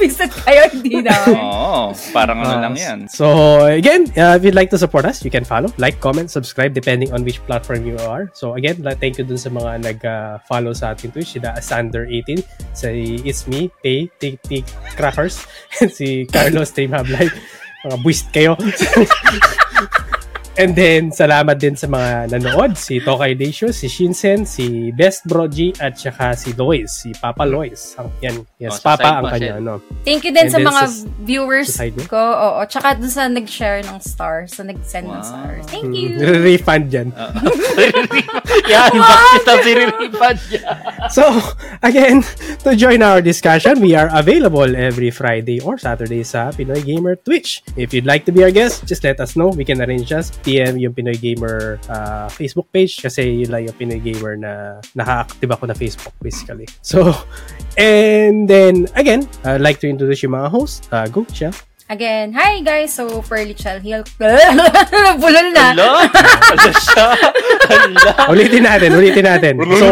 S2: Visit kayo, hindi naman.
S3: Oo, parang
S1: Ah.
S3: ano lang yan.
S1: So, again, uh, if you'd like to support us, you can follow, like, comment, subscribe, depending on which platform you are. So, again, la- thank you dun sa mga nag-follow sa ating Twitch. Sila Asander18, si It's Me, Pay, Tik Tik Crackers, and si Carlos Stream Hub Live. Mga buist kayo. And then, salamat din sa mga nanood, si Tokay Dacio, si Shinsen, si Best Broji, at saka si Lois, si Papa Lois. Ang, yan, yes,
S3: Oh, sa
S1: Papa
S3: side
S1: ang
S3: mo,
S1: kanya,
S3: Shell.
S1: ano.
S2: Thank you
S1: And
S2: din sa
S1: then
S2: mga
S1: sa-
S2: viewers
S1: sa side niya?
S2: ko. Oo, tsaka dun sa nag-share ng stars, sa nag-send ng
S3: Wow.
S2: stars. Thank you.
S1: Mm, refund yan.
S3: yan, bakit ang siniripad niya?
S1: So, again, to join our discussion, we are available every Friday or Saturday sa Pinoy Gamer Twitch. If you'd like to be our guest, just let us know. We can arrange just PM yung Pinoy Gamer uh, Facebook page kasi yun lang yung Pinoy Gamer na naka-active ako na Facebook basically. So, and then, again, I'd like to introduce yung mga hosts. Uh, go, siya.
S2: Again, hi guys. So, Pearly Chal Hill. Bulol na.
S3: Hello? Ano siya? Hello?
S1: Ulitin natin, ulitin natin. So,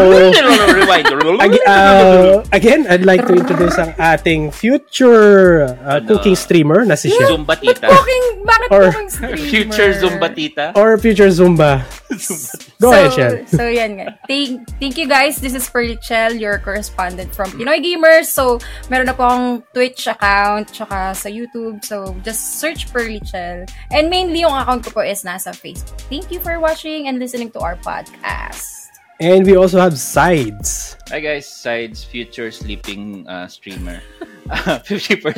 S3: Rewind.
S1: Ag- uh, again, I'd like to introduce ang ating future uh,
S3: Ano?
S1: cooking streamer na si Shell.
S3: Zumba
S2: Ba't
S3: tita.
S2: cooking? Bakit
S1: Or-
S2: cooking streamer?
S3: Future Zumba tita.
S1: Or future Zumba. Go ahead, Shell.
S2: so, so, yan nga. Thank, thank you guys. This is Pearly Chell, your correspondent from Pinoy Gamers. So, meron na po akong Twitch account, tsaka sa YouTube. So, just search Pearly Chell. And mainly yung account ko po is nasa Facebook. Thank you for watching and listening to our podcast.
S1: And we also have sides.
S3: Hi guys, Sides future sleeping uh, streamer. Uh, 50%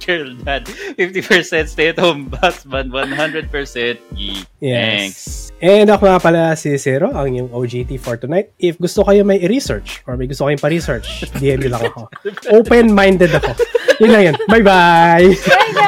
S3: girl dad, 50% stay-at-home husband, 100% geek.
S1: Yes.
S3: Thanks.
S1: And ako nga pala si Zero, ang yung OGT for tonight. If gusto kayo may research or may gusto kayong pa-research, DM nyo lang ako. Open-minded ako. Yun lang yan. Bye-bye!
S2: Bye, guys!